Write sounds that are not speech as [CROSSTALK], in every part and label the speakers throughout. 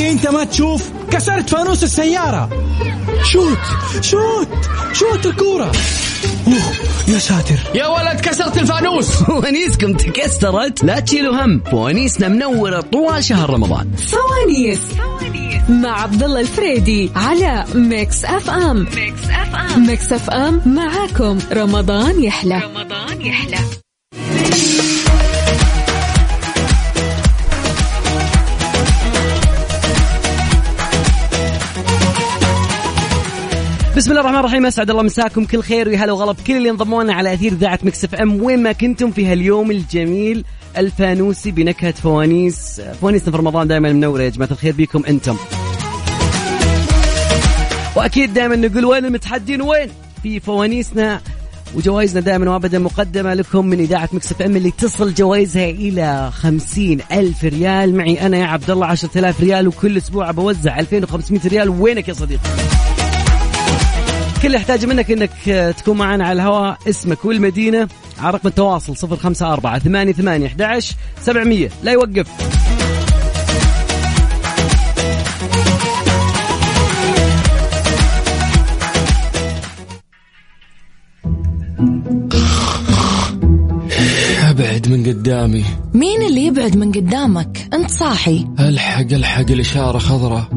Speaker 1: انت ما تشوف كسرت فانوس السيارة شوت شوت شوت الكورة اوه يا ساتر
Speaker 2: يا ولد كسرت الفانوس
Speaker 3: [LAUGHS] فوانيسكم تكسرت لا تشيلوا هم فوانيسنا منورة طوال شهر رمضان
Speaker 4: فوانيس مع عبد الله الفريدي على ميكس اف ام ميكس اف ام ميكس اف ام معاكم رمضان يحلى رمضان يحلى
Speaker 3: بسم الله الرحمن الرحيم اسعد الله مساكم كل خير ويا هلا وغلا بكل اللي انضموا لنا على اثير اذاعه مكس اف ام وين ما كنتم في هاليوم الجميل الفانوسي بنكهه فوانيس فوانيسنا في رمضان دائما منوره يا جماعه الخير بيكم انتم واكيد دائما نقول وين المتحدين وين في فوانيسنا وجوائزنا دائما وابدا مقدمه لكم من اذاعه مكس اف ام اللي تصل جوائزها الى خمسين الف ريال معي انا يا عبد الله 10000 ريال وكل اسبوع بوزع 2500 ريال وينك يا صديقي كل اللي احتاجه منك انك تكون معنا على الهواء اسمك والمدينه على رقم التواصل 054 88 11 700 لا يوقف
Speaker 5: ابعد من قدامي
Speaker 6: مين اللي يبعد من قدامك انت صاحي
Speaker 5: الحق الحق الاشاره خضراء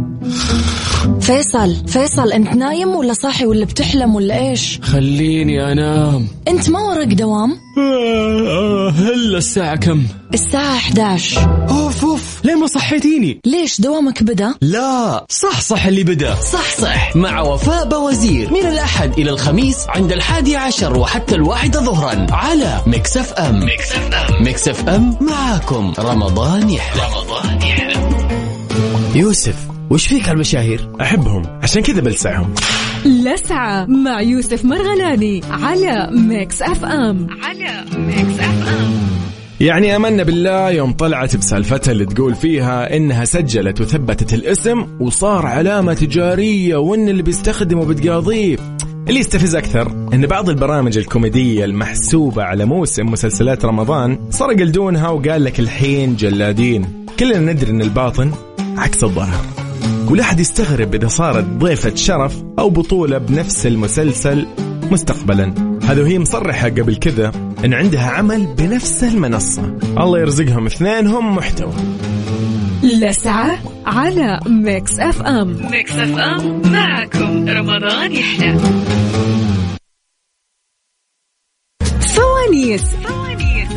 Speaker 6: فيصل فيصل انت نايم ولا صاحي ولا بتحلم ولا ايش
Speaker 5: خليني انام
Speaker 6: انت ما وراك دوام
Speaker 5: آه، هلا الساعه كم
Speaker 6: الساعة 11
Speaker 5: اوف اوف ليه ما صحيتيني
Speaker 6: ليش دوامك بدا
Speaker 2: لا
Speaker 5: صح صح اللي بدا
Speaker 2: صح صح مع وفاء بوزير من الأحد إلى الخميس عند الحادي عشر وحتى الواحدة ظهرا على مكسف أم مكسف أم مكسف أم معاكم رمضان يحلى رمضان يحلى
Speaker 7: يوسف وش فيك على المشاهير؟
Speaker 8: احبهم عشان كذا بلسعهم
Speaker 4: لسعة مع يوسف مرغلاني على ميكس اف ام على ميكس اف ام
Speaker 8: يعني امنا بالله يوم طلعت بسالفتها اللي تقول فيها انها سجلت وثبتت الاسم وصار علامه تجاريه وان اللي بيستخدمه بتقاضيه اللي يستفز اكثر ان بعض البرامج الكوميديه المحسوبه على موسم مسلسلات رمضان سرق لدونها وقال لك الحين جلادين كلنا ندري ان الباطن عكس الظاهر ولا حد يستغرب اذا صارت ضيفه شرف او بطوله بنفس المسلسل مستقبلا هذا وهي مصرحة قبل كذا إن عندها عمل بنفس المنصة الله يرزقهم اثنينهم محتوى
Speaker 4: لسعة على ميكس اف ام ميكس اف ام معاكم رمضان يحلى فوانيس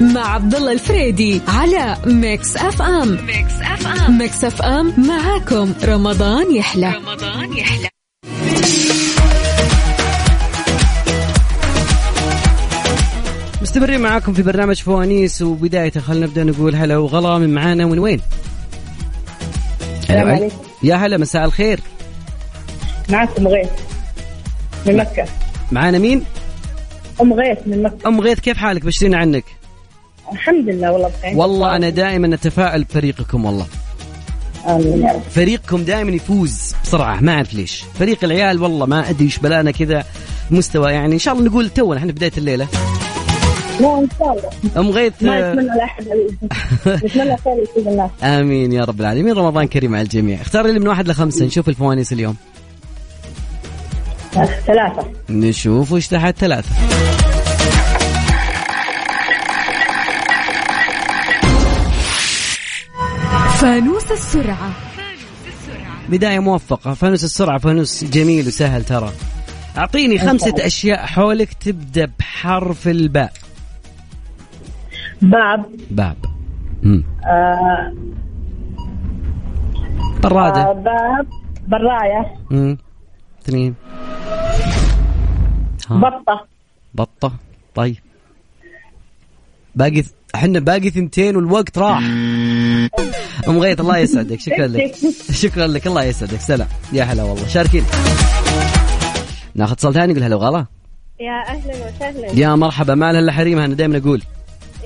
Speaker 4: مع عبد الله الفريدي على ميكس اف ام ميكس اف ام ميكس اف ام معاكم رمضان يحلى رمضان يحلى
Speaker 3: مستمرين معاكم في برنامج فوانيس وبداية خلينا نبدا نقول هلا وغلا من معانا من وين؟
Speaker 9: السلام عليكم
Speaker 3: يا هلا مساء الخير
Speaker 9: معكم غيث من مكة
Speaker 3: معانا مين؟
Speaker 9: أم غيث من مكة
Speaker 3: ام غيث كيف حالك؟ بشرين عنك
Speaker 9: الحمد لله والله بخير
Speaker 3: والله انا دائما اتفائل بفريقكم والله
Speaker 9: آمين يا رب
Speaker 3: فريقكم دائما يفوز بسرعه ما اعرف ليش فريق العيال والله ما ادري ايش بلانا كذا مستوى يعني ان شاء الله نقول تونا احنا بدايه الليله
Speaker 9: لا إن شاء الله
Speaker 3: ام غيث
Speaker 9: ما
Speaker 3: آه،
Speaker 9: يتمنى
Speaker 3: [LAUGHS]
Speaker 9: لأحد نتمنى خير لكل الناس
Speaker 3: امين يا رب العالمين رمضان كريم على الجميع اختار لي من واحد لخمسه نشوف الفوانيس اليوم
Speaker 9: ثلاثة
Speaker 3: نشوف وش تحت ثلاثة
Speaker 4: فانوس السرعة
Speaker 3: بداية موفقة فانوس السرعة فانوس جميل وسهل ترى أعطيني خمسة أشياء حولك تبدأ بحرف الباء
Speaker 9: باب
Speaker 3: باب مم.
Speaker 9: آه آه
Speaker 3: برادة
Speaker 9: باب براية
Speaker 3: مم. اثنين ها.
Speaker 9: بطة
Speaker 3: بطة طيب باقي احنا باقي ثنتين والوقت راح ام غيث الله يسعدك شكرا
Speaker 10: [LAUGHS]
Speaker 3: لك شكرا لك الله يسعدك سلام يا هلا والله شاركين ناخذ اتصال ثاني نقول هلا وغلا
Speaker 10: يا اهلا وسهلا
Speaker 3: يا مرحبا ما لها الا حريمها انا دائما اقول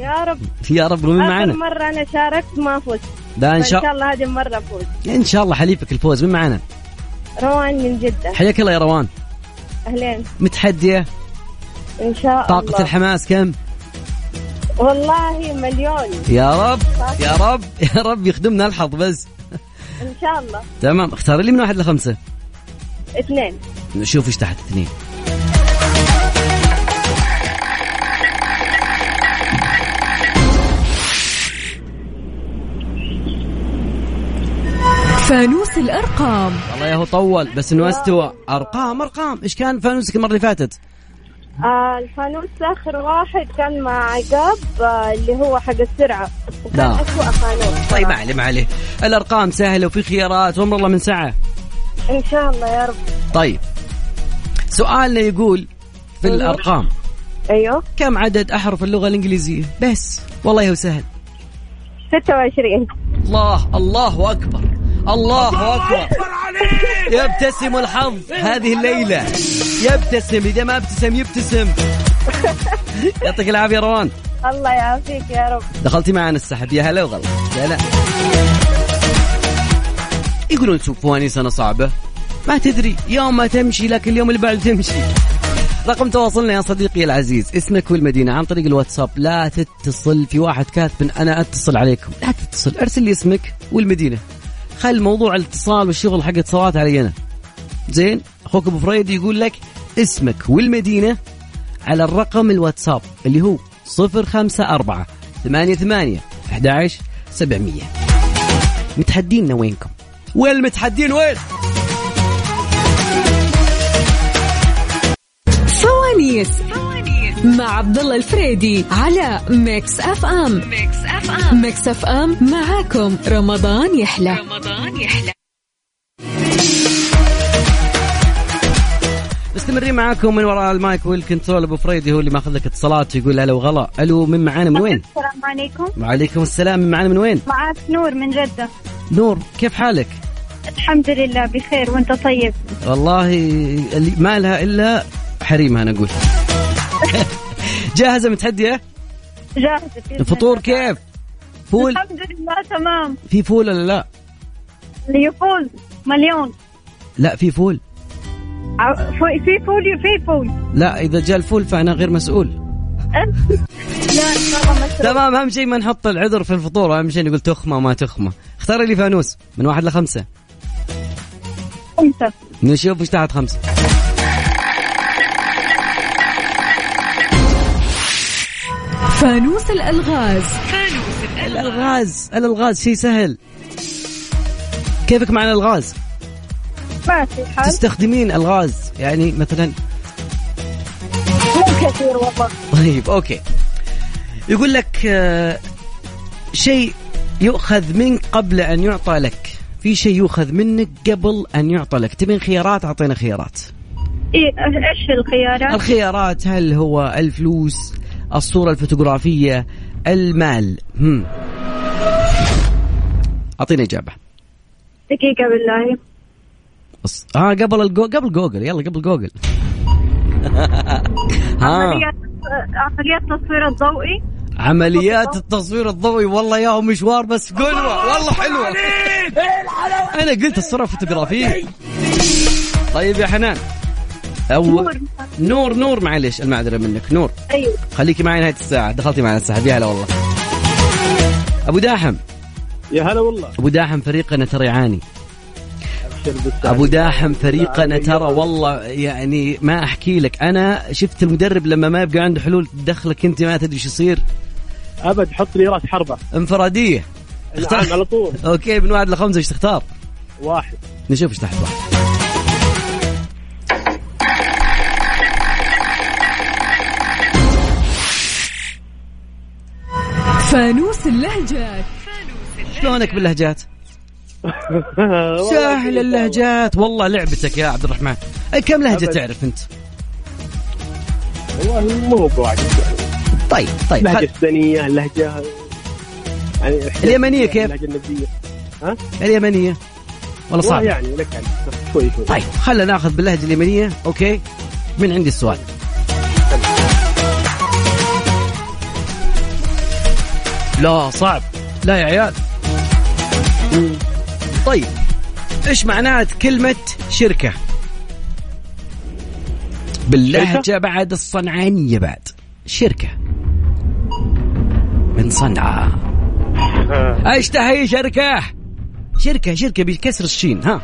Speaker 10: يا رب
Speaker 3: يا رب رومي
Speaker 10: اخر
Speaker 3: معنا
Speaker 10: مره انا شاركت ما فزت
Speaker 3: ده ان
Speaker 10: فان شاء
Speaker 3: شاء
Speaker 10: الله هذه المره افوز
Speaker 3: ان شاء الله حليفك الفوز من معنا
Speaker 10: روان من جده
Speaker 3: حياك الله يا روان
Speaker 10: اهلين
Speaker 3: متحديه
Speaker 10: ان شاء
Speaker 3: طاقه
Speaker 10: الله
Speaker 3: الحماس كم
Speaker 10: والله مليون
Speaker 3: يا رب يا رب يا رب يخدمنا الحظ بس
Speaker 10: ان شاء الله
Speaker 3: تمام اختاري لي من واحد لخمسه
Speaker 10: اثنين
Speaker 3: نشوف ايش تحت اثنين
Speaker 4: فانوس الأرقام
Speaker 3: والله يا هو طول بس انه استوى ارقام ارقام ايش كان فانوسك المره اللي فاتت؟
Speaker 10: آه الفانوس آخر واحد كان مع عقاب آه اللي هو حق السرعة وكان
Speaker 3: لا.
Speaker 10: أسوأ فانوس
Speaker 3: طيب ما عليه ما عليه الارقام سهله وفي خيارات وامر الله من سعه
Speaker 10: إن شاء الله يا رب
Speaker 3: طيب سؤالنا يقول في
Speaker 10: أيوه.
Speaker 3: الارقام
Speaker 10: أيوه
Speaker 3: كم عدد احرف اللغه الانجليزيه؟ بس والله هو سهل
Speaker 10: 26
Speaker 3: الله الله اكبر الله اكبر يبتسم الحظ هذه الليله يبتسم اذا ما ابتسم [LAUGHS] يبتسم يعطيك العافيه روان
Speaker 10: [LAUGHS] الله يعافيك يا رب
Speaker 3: دخلتي معنا السحب يا هلا وغلا يا هلا يقولون شوف فوانيسنا صعبة ما تدري يوم ما تمشي لكن اليوم اللي بعد تمشي رقم تواصلنا يا صديقي العزيز اسمك والمدينة عن طريق الواتساب لا تتصل في واحد كاتب أنا أتصل عليكم لا تتصل ارسل لي اسمك والمدينة خل موضوع الاتصال والشغل حق اتصالات علي أنا زين أخوك أبو فريد يقول لك اسمك والمدينة على الرقم الواتساب اللي هو 054 88 11 700 متحدينا وينكم؟ وين المتحدين وين؟
Speaker 4: فوانيس مع عبد الله الفريدي على ميكس اف ام ميكس اف ام ميكس اف ام معاكم رمضان يحلى رمضان يحلى
Speaker 3: مستمرين معاكم من وراء المايك والكنترول ابو فريدي هو اللي ماخذ لك اتصالات يقول هلا وغلا الو من معانا من وين؟
Speaker 10: السلام عليكم
Speaker 3: وعليكم السلام من معانا من وين؟
Speaker 10: معك نور من جدة
Speaker 3: نور كيف حالك؟
Speaker 10: الحمد لله بخير وانت طيب
Speaker 3: والله اللي ما لها الا حريمها انا [LAUGHS] اقول جاهزه متحديه؟
Speaker 10: جاهزة بإذن
Speaker 3: الفطور
Speaker 10: الله.
Speaker 3: كيف؟ فول
Speaker 10: الحمد لله تمام
Speaker 3: في فول ولا لا؟
Speaker 10: اللي يفوز مليون
Speaker 3: لا في فول
Speaker 10: ع- فو- في فول في فول
Speaker 3: لا اذا جاء الفول فانا غير مسؤول
Speaker 10: لا مرة مسروق
Speaker 3: تمام اهم شيء ما نحط العذر في الفطور اهم شيء نقول تخمه ما تخمه اختاري لي فانوس من واحد لخمسه
Speaker 10: خمسة
Speaker 3: نشوف ايش تحت خمسه
Speaker 4: فانوس الالغاز
Speaker 3: الالغاز الالغاز شيء سهل كيفك مع الالغاز
Speaker 10: ماشي الحال
Speaker 3: تستخدمين الغاز يعني مثلا
Speaker 10: مو كثير والله
Speaker 3: طيب اوكي يقول لك آه، شيء يؤخذ منك قبل ان يعطى لك في شيء يؤخذ منك قبل ان يعطى لك تبين خيارات اعطينا خيارات
Speaker 10: إيه ايش الخيارات؟
Speaker 3: الخيارات هل هو الفلوس الصورة الفوتوغرافية المال هم. أعطيني إجابة
Speaker 10: دقيقة بالله
Speaker 3: الص- ها آه، قبل الجو... قبل جوجل يلا قبل جوجل [LAUGHS] ها
Speaker 10: عمليات عمليات التصوير آه، الضوئي
Speaker 3: عمليات التصوير الضوئي والله يا هو مشوار بس قلوة والله حلوة أنا قلت الصورة الفوتوغرافية طيب يا حنان أول
Speaker 10: نور.
Speaker 3: نور نور معلش المعذرة منك نور
Speaker 10: ايوه
Speaker 3: خليكي معي نهاية الساعة دخلتي معنا السحب يا هلا والله أبو داحم
Speaker 11: يا هلا والله
Speaker 3: أبو داحم فريقنا ترى يعاني أبو داحم فريقنا ترى والله يعني ما أحكي لك أنا شفت المدرب لما ما يبقى عنده حلول تدخلك أنت ما تدري شو يصير
Speaker 11: ابد حط لي [LAUGHS] راس حربه
Speaker 3: انفرادية
Speaker 11: نعم على طول
Speaker 3: أوكي من واحد لخمسة إيش تختار
Speaker 11: واحد
Speaker 3: نشوف إيش تحت واحد
Speaker 4: فانوس اللهجات
Speaker 3: شلونك باللهجات سهل اللهجات والله لعبتك يا عبد الرحمن أي كم لهجة تعرف أنت
Speaker 11: والله مو بواحد
Speaker 3: طيب طيب
Speaker 11: اللهجه
Speaker 3: خل...
Speaker 11: السودانيه اللهجه يعني
Speaker 3: اليمنية كيف؟
Speaker 11: اللهجه النبيه ها؟
Speaker 3: اليمنية والله
Speaker 11: والله
Speaker 3: صعبة
Speaker 11: يعني لك يعني شوي شوي
Speaker 3: طيب خلينا ناخذ باللهجه اليمنيه اوكي من عندي السؤال لا صعب لا يا عيال طيب ايش معنات كلمه شركه باللهجه بعد الصنعانيه بعد شركه من صنعاء ايش تهي شركه شركه شركه بكسر الشين ها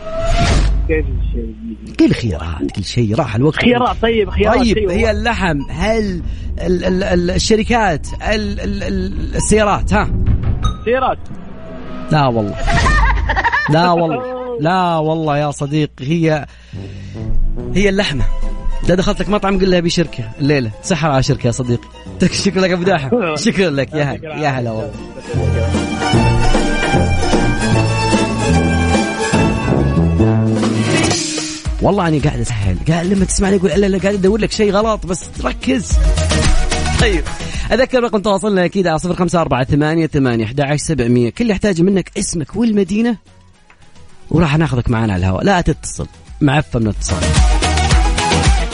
Speaker 11: كيف الشيء؟
Speaker 3: كل خيارات كل شيء راح الوقت
Speaker 11: خيارات طيب خيارات
Speaker 3: طيب
Speaker 11: أيوة.
Speaker 3: هي اللحم هل ال ال ال الشركات ال ال ال السيارات ها
Speaker 11: سيارات
Speaker 3: لا والله لا والله لا والله يا صديق هي هي اللحمه لا دخلت لك مطعم قل لها ابي شركه الليله سحر على شركه يا صديقي [LAUGHS] شكرا لك ابو داحم شكرا لك يا هلا يا هلا والله والله اني قاعد اسهل قاعد لما تسمعني يقول الا لا قاعد ادور لك شيء غلط بس ركز طيب اذكر رقم تواصلنا اكيد على صفر خمسه اربعه ثمانيه ثمانيه سبعمئه كل اللي يحتاجه منك اسمك والمدينه وراح ناخذك معنا على الهواء لا تتصل معفى من الاتصال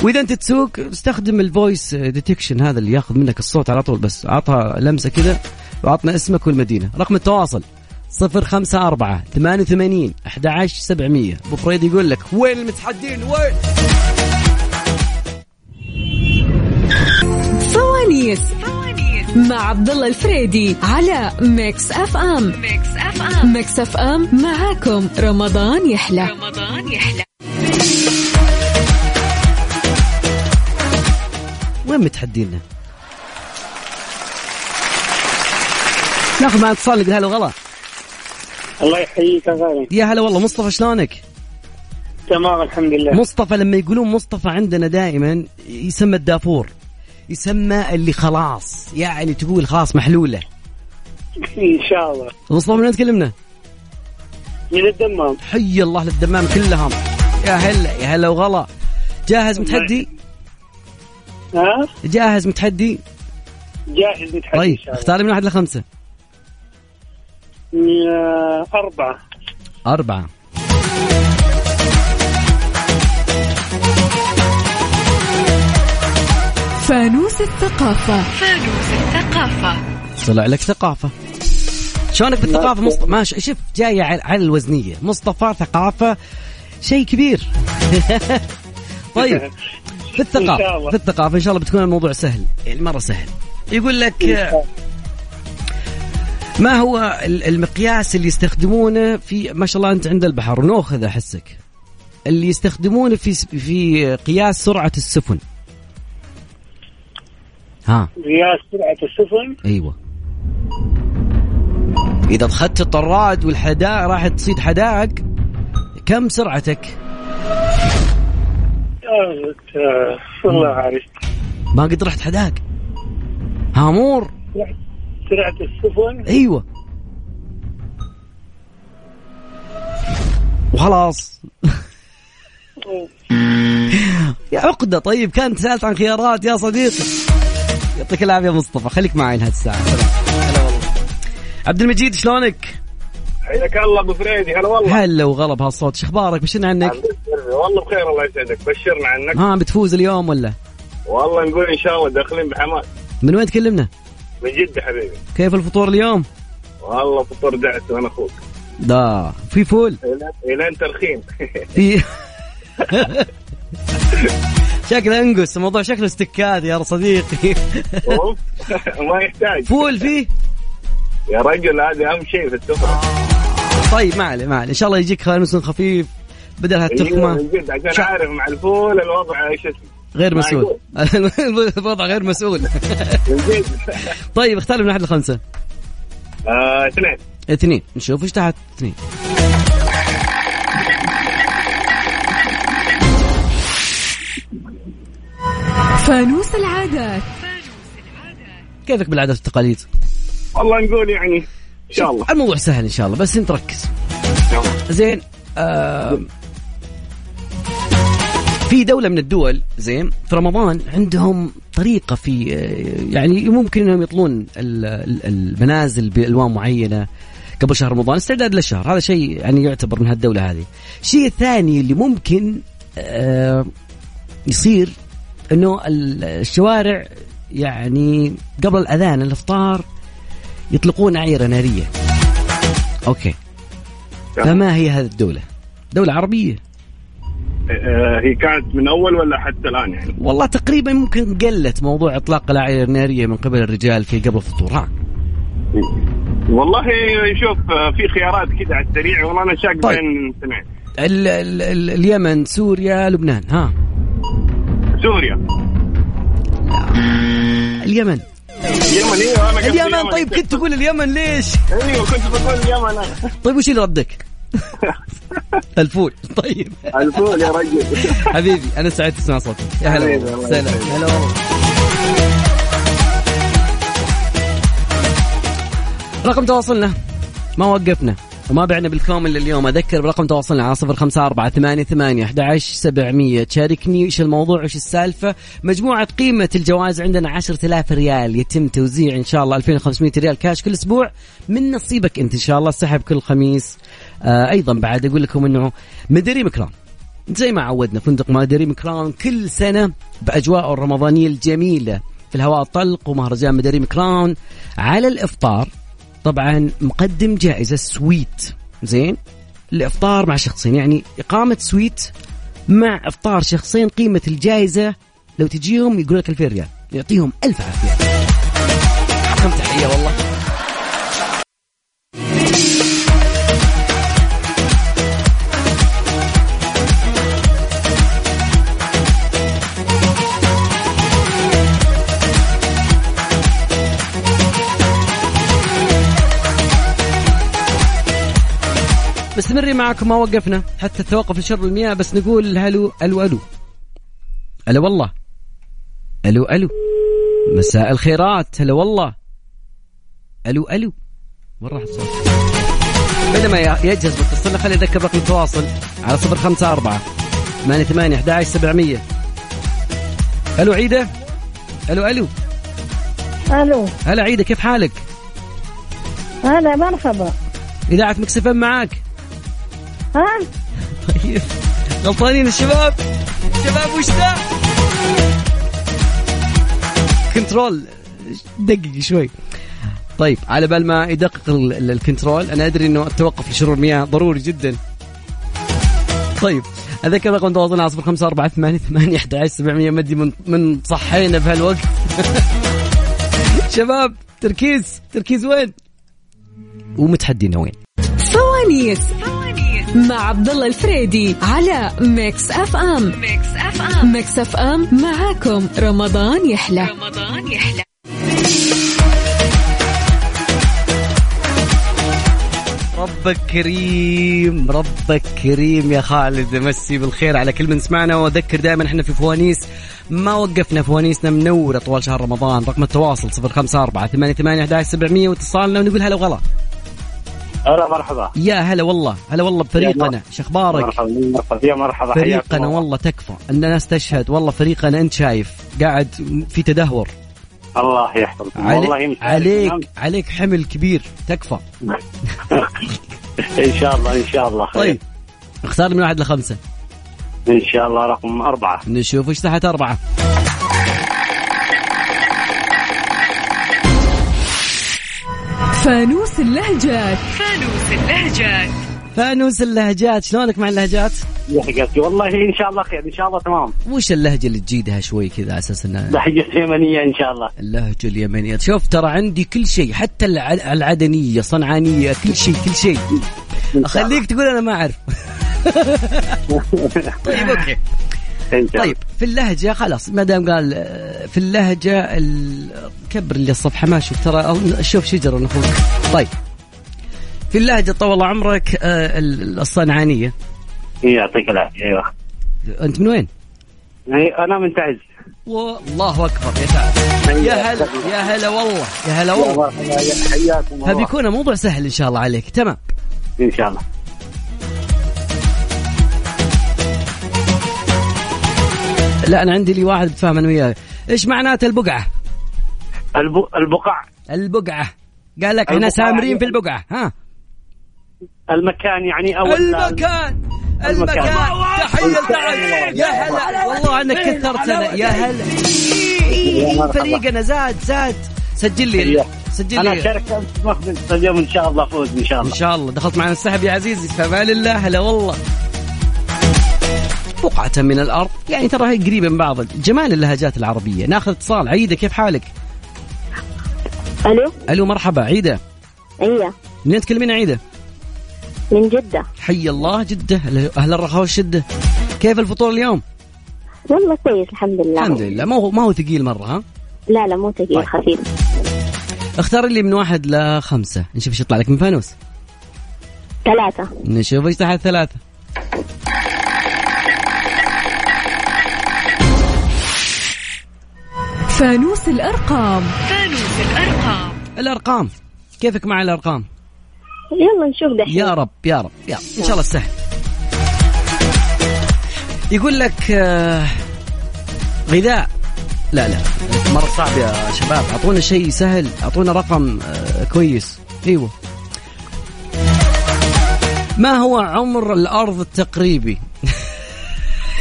Speaker 3: واذا انت تسوق استخدم الفويس ديتكشن هذا اللي ياخذ منك الصوت على طول بس اعطها لمسه كذا وعطنا اسمك والمدينه رقم التواصل 054 88 11700 ابو فريد يقول لك وين المتحدين وين
Speaker 4: فوانيس مع عبد الله الفريدي على ميكس اف ام ميكس اف ام ميكس اف ام معاكم رمضان يحلى رمضان يحلى
Speaker 3: وين متحدينا ناخذ مع اتصال نقول هلا وغلا
Speaker 12: الله يحييك يا غالي
Speaker 3: يا هلا والله مصطفى شلونك
Speaker 12: تمام الحمد لله
Speaker 3: مصطفى لما يقولون مصطفى عندنا دائما يسمى الدافور يسمى اللي خلاص يعني تقول خلاص محلوله
Speaker 12: ان شاء الله
Speaker 3: مصطفى من وين تكلمنا؟
Speaker 12: من الدمام
Speaker 3: حي الله للدمام كلهم يا هلا يا هلا وغلا جاهز متحدي؟
Speaker 12: ها؟
Speaker 3: جاهز متحدي؟
Speaker 12: جاهز متحدي
Speaker 3: طيب
Speaker 12: إن شاء الله.
Speaker 3: اختار لي من واحد لخمسه
Speaker 12: آه، أربعة
Speaker 3: أربعة
Speaker 4: فانوس الثقافة فانوس الثقافة
Speaker 3: طلع لك ثقافة شلونك بالثقافة مصطفى ماشي شوف جاية على على الوزنية مصطفى ثقافة شيء كبير [LAUGHS] طيب في
Speaker 12: إن شاء
Speaker 3: الثقافة
Speaker 12: الله.
Speaker 3: في الثقافة إن شاء الله بتكون الموضوع سهل يعني مرة سهل يقول لك آه، ما هو ال- المقياس اللي يستخدمونه في ما شاء الله أنت عند البحر نوخذ أحسك اللي يستخدمونه في س- في قياس سرعة السفن ها
Speaker 12: قياس سرعة السفن
Speaker 3: ايوه اذا اخذت الطراد والحدائق راح تصيد حدائق كم سرعتك؟
Speaker 12: آه، آه، والله عارف
Speaker 3: ما قد رحت حدائق هامور
Speaker 12: سرعة السفن
Speaker 3: ايوه وخلاص يا عقدة طيب كانت سألت عن خيارات يا صديقي يعطيك العافية مصطفى خليك معي لهذه الساعة هلا والله. عبد المجيد شلونك؟
Speaker 13: حياك الله ابو فريدي هلا والله
Speaker 3: هلا وغلب هالصوت شخبارك بشنا عنك؟
Speaker 13: والله بخير الله يسعدك بشرنا عنك
Speaker 3: ها بتفوز اليوم ولا؟
Speaker 13: والله نقول ان شاء الله داخلين بحماس
Speaker 3: من وين تكلمنا؟
Speaker 13: من جد حبيبي
Speaker 3: كيف الفطور اليوم؟
Speaker 13: والله فطور دعس انا اخوك
Speaker 3: دا في فول
Speaker 13: الى إلى انت رخيم
Speaker 3: في [LAUGHS] شكله انقص الموضوع شكله استكات يا صديقي [LAUGHS]
Speaker 13: أوف، ما يحتاج
Speaker 3: فول فيه
Speaker 13: يا رجل هذا اهم شيء في السفر
Speaker 3: طيب ما عليه ما عليه ان شاء الله يجيك خامس خفيف بدل
Speaker 13: أيوة، من
Speaker 3: هالتخمه
Speaker 13: جد عشان عارف مع الفول الوضع ايش اسمه
Speaker 3: غير
Speaker 13: ما
Speaker 3: مسؤول [LAUGHS]
Speaker 13: يقول.
Speaker 3: الوضع غير مسؤول
Speaker 13: من جد
Speaker 3: طيب اختار من احد الخمسه
Speaker 13: [LAUGHS] آه، اثنين
Speaker 3: اثنين نشوف ايش تحت اثنين
Speaker 4: فانوس العادات
Speaker 3: كيفك بالعادات والتقاليد؟
Speaker 13: والله نقول يعني ان شاء الله
Speaker 3: الموضوع سهل ان شاء الله بس انت ركز زين آه في دولة من الدول زين في رمضان عندهم طريقة في آه، يعني ممكن انهم يطلون ال- ال- المنازل بالوان معينة قبل شهر رمضان استعداد للشهر هذا شيء يعني يعتبر من هالدولة هذه الشيء الثاني اللي ممكن آه يصير انه ال- الشوارع يعني قبل الاذان الافطار يطلقون اعيرة نارية اوكي فما هي هذه الدولة؟ دولة عربية
Speaker 13: آه، هي كانت من اول ولا حتى الان يعني
Speaker 3: والله تقريبا ممكن قلت موضوع اطلاق الاعير الناريه من قبل الرجال في قبل الفطور ها
Speaker 13: والله شوف في خيارات كذا على السريع والله انا شاك
Speaker 3: طيب.
Speaker 13: بين اثنين
Speaker 3: ال ال ال اليمن سوريا لبنان ها
Speaker 13: سوريا
Speaker 3: اليمن
Speaker 13: اليمن ايوه انا قلت
Speaker 3: اليمن طيب كنت تقول اليمن ليش؟
Speaker 13: ايوه كنت بقول اليمن انا
Speaker 3: طيب وش اللي
Speaker 13: [LAUGHS]
Speaker 3: ردك؟ الفول طيب
Speaker 13: الفول يا رجل
Speaker 3: حبيبي انا سعدت اسمع صوتك يا هلا
Speaker 13: حبيبي،
Speaker 3: والله.
Speaker 13: الله
Speaker 3: سلام هلا والله. رقم تواصلنا ما وقفنا وما بعنا بالكوم الا اليوم اذكر برقم تواصلنا على صفر خمسة أربعة ثمانية ثمانية أحد عشر سبعمية تشاركني ايش الموضوع ايش السالفة مجموعة قيمة الجوائز عندنا عشرة آلاف ريال يتم توزيع إن شاء الله 2500 ريال كاش كل أسبوع من نصيبك أنت إن شاء الله سحب كل خميس آه أيضا بعد أقول لكم أنه مدري مكران زي ما عودنا فندق مدريم كراون كل سنة بأجواءه الرمضانية الجميلة في الهواء الطلق ومهرجان مدريم كراون على الإفطار طبعا مقدم جائزة سويت زين الإفطار مع شخصين يعني إقامة سويت مع إفطار شخصين قيمة الجائزة لو تجيهم يقول لك 2000 ريال يعطيهم ألف عافية كم تحية والله مستمرين معكم ما وقفنا حتى توقف شرب المياه بس نقول هلو الو الو هلا والله الو الو مساء الخيرات هلا والله الو الو وين راح الصوت؟ بدل ما ي- يجهز متصلنا خليني اذكر رقم التواصل على 054 88 11 700 الو عيده الو الو
Speaker 9: الو
Speaker 3: هلا عيده كيف حالك؟
Speaker 9: هلا مرحبا
Speaker 3: اذاعه مكسفن معاك
Speaker 9: ها
Speaker 3: طيب غلطانين الشباب شباب وش ذا؟ كنترول دقق شوي طيب على بال ما يدقق ال- ال- الكنترول انا ادري انه التوقف لشرور المياه ضروري جدا طيب اذكر رقم تواصلنا على صفر خمسة أربعة ثمانية ثمانية أحد عشر سبعمية مدي من من صحينا بهالوقت [LAUGHS] شباب تركيز تركيز وين؟ ومتحدينا وين؟
Speaker 4: فوانيس مع عبد الله الفريدي على ميكس اف ام ميكس اف ام ميكس اف ام معاكم رمضان يحلى رمضان يحلى
Speaker 3: ربك كريم ربك كريم يا خالد مسي بالخير على كل من سمعنا واذكر دائما احنا في فوانيس ما وقفنا فوانيسنا منوره طوال شهر رمضان رقم التواصل 054 88 11700 واتصالنا ونقول هلا وغلا
Speaker 11: هلا مرحبا
Speaker 3: يا هلا والله هلا والله بفريقنا شخبارك
Speaker 11: مرحبا مرحبا يا مرحبا حياكم
Speaker 3: فريقنا
Speaker 11: الله.
Speaker 3: والله تكفى ان الناس تشهد والله فريقنا انت شايف قاعد في تدهور
Speaker 11: الله يحفظك والله نعم. مش
Speaker 3: عليك
Speaker 11: عارف أنام.
Speaker 3: عليك, عليك حمل كبير تكفى
Speaker 11: ان نعم. شاء الله ان شاء الله خير.
Speaker 3: طيب اختار من واحد لخمسه
Speaker 11: ان شاء الله رقم اربعه
Speaker 3: نشوف ايش تحت أربعة
Speaker 4: فانوس اللهجات فانوس اللهجات
Speaker 3: فانوس اللهجات شلونك مع اللهجات؟
Speaker 11: لحقتي والله ان شاء الله خير ان شاء الله تمام
Speaker 3: وش اللهجة اللي تجيدها شوي كذا على أساس أنها
Speaker 11: لحقتي يمنيه ان شاء الله
Speaker 3: اللهجة اليمنية شوف ترى عندي كل شيء حتى الع- العدنية صنعانية كل شيء كل [LAUGHS] شيء أخليك تقول أنا ما [LAUGHS] أعرف طيب أوكي
Speaker 11: ان شاء الله
Speaker 3: طيب في اللهجة خلاص ما دام قال آه، في اللهجة ال- كبر لي الصفحة ما أشوف ترى أو- شوف شجرة نخوك طيب في اللهجة طول عمرك آه، ال- الصنعانية
Speaker 11: يعطيك العافيه ايوه
Speaker 3: أنت من وين؟
Speaker 11: يعني انا من تعز
Speaker 3: والله اكبر يا تعال يا هلا يا هلا والله يا هلا والله
Speaker 11: حياكم الله
Speaker 3: فبيكون طيب، الموضوع سهل ان شاء الله عليك تمام
Speaker 11: ان شاء الله
Speaker 3: لا انا عندي لي واحد بتفاهم انا وياه ايش معنات البقعه
Speaker 11: الب... البقع
Speaker 3: البقعه قال لك احنا
Speaker 11: البقعة
Speaker 3: سامرين
Speaker 11: يعني-
Speaker 3: في البقعه ها
Speaker 11: المكان يعني او ال-
Speaker 3: المكان المكان
Speaker 11: المكان.
Speaker 3: تحيه لتعز يا هلا والله انك كثرت أنا. يا هلا إيه،
Speaker 11: مرحبا.
Speaker 3: فريقنا زاد زاد سجل لي سجل
Speaker 11: انا
Speaker 3: لي
Speaker 11: شاركت امس مخبز اليوم ان شاء الله فوز ان شاء
Speaker 3: ان
Speaker 11: الله
Speaker 3: شاء الله دخلت معنا السحب يا عزيزي فمان الله هلا والله بقعة من الأرض يعني ترى هي قريبة من بعض جمال اللهجات العربية ناخذ اتصال عيدة كيف حالك
Speaker 10: الو
Speaker 3: ألو مرحبا عيدة
Speaker 10: ايه
Speaker 3: منين تكلمين عيدة؟
Speaker 10: من جدة
Speaker 3: حي الله جدة أهل- أهل الرخاء والشدة كيف الفطور اليوم؟
Speaker 10: والله كويس الحمد لله
Speaker 3: الحمد طيب. لله ما هو ما هو ثقيل مرة ها؟
Speaker 10: لا لا مو ثقيل خفيف
Speaker 3: اختار لي من واحد لخمسة نشوف ايش يطلع لك من فانوس
Speaker 10: ثلاثة
Speaker 3: نشوف ايش تحت ثلاثة
Speaker 4: فانوس الأرقام
Speaker 14: فانوس الأرقام
Speaker 3: الأرقام كيفك مع الأرقام؟
Speaker 10: يلا نشوف دحين
Speaker 3: يا رب يا رب يا رب ان شاء الله تسهل يقول لك آه، غذاء لا لا مره صعب يا شباب اعطونا شيء سهل اعطونا رقم آه، كويس ايوه ما هو عمر الارض التقريبي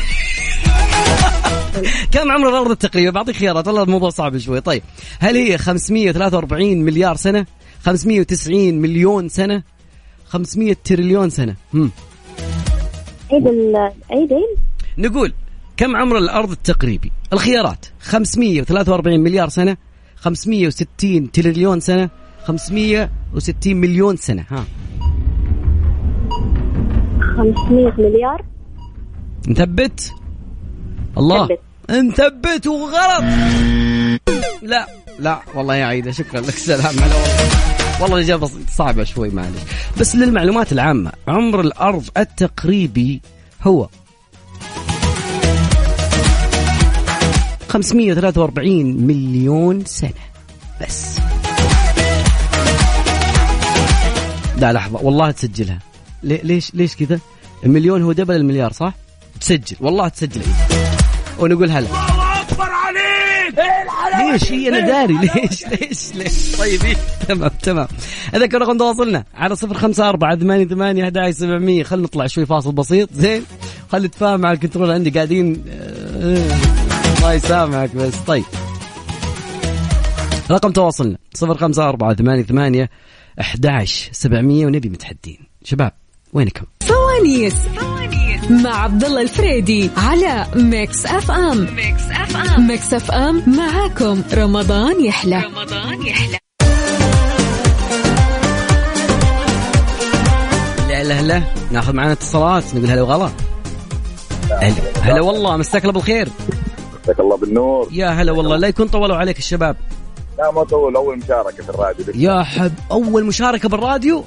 Speaker 3: [LAUGHS] كم عمر الارض التقريبي بعطيك خيارات والله الموضوع صعب شوي طيب هل هي 543 مليار سنه 590 مليون سنه 500 تريليون سنه هم.
Speaker 10: عيد ال عيد عيد
Speaker 3: نقول كم عمر الارض التقريبي الخيارات 543 مليار سنه 560 تريليون سنه 560 مليون سنه ها
Speaker 10: 500 مليار
Speaker 3: مثبت الله مثبت وغلط لا لا والله يا عيدة شكرا لك سلام على والله. والله الإجابة صعبة شوي معلش بس للمعلومات العامة عمر الأرض التقريبي هو 543 مليون سنة بس لا لحظة والله تسجلها لي- ليش ليش كذا؟ المليون هو دبل المليار صح؟ تسجل والله تسجل عيد. ونقول هلا ليش هي انا داري ليش ليش ليش طيب إيه؟ تمام تمام اذكر رقم تواصلنا على صفر خمسة أربعة ثمانية ثمانية أحد سبعمية خلينا نطلع شوي فاصل بسيط زين خلي نتفاهم مع الكنترول عندي قاعدين آه، الله يسامحك بس طيب رقم تواصلنا صفر خمسة أربعة ثمانية ثمانية أحد سبعمية ونبي متحدين شباب وينكم
Speaker 4: فوانيس مع عبد الله الفريدي على ميكس اف ام ميكس اف ام ميكس اف ام معاكم رمضان يحلى رمضان يحلى
Speaker 3: لا لا لا ناخذ معنا اتصالات نقول هلا وغلا هلا هلا والله مساك الله بالخير
Speaker 15: مساك الله بالنور
Speaker 3: يا هلا والله لا يكون طولوا عليك الشباب
Speaker 15: لا ما طول اول مشاركه في الراديو لك.
Speaker 3: يا حب اول مشاركه بالراديو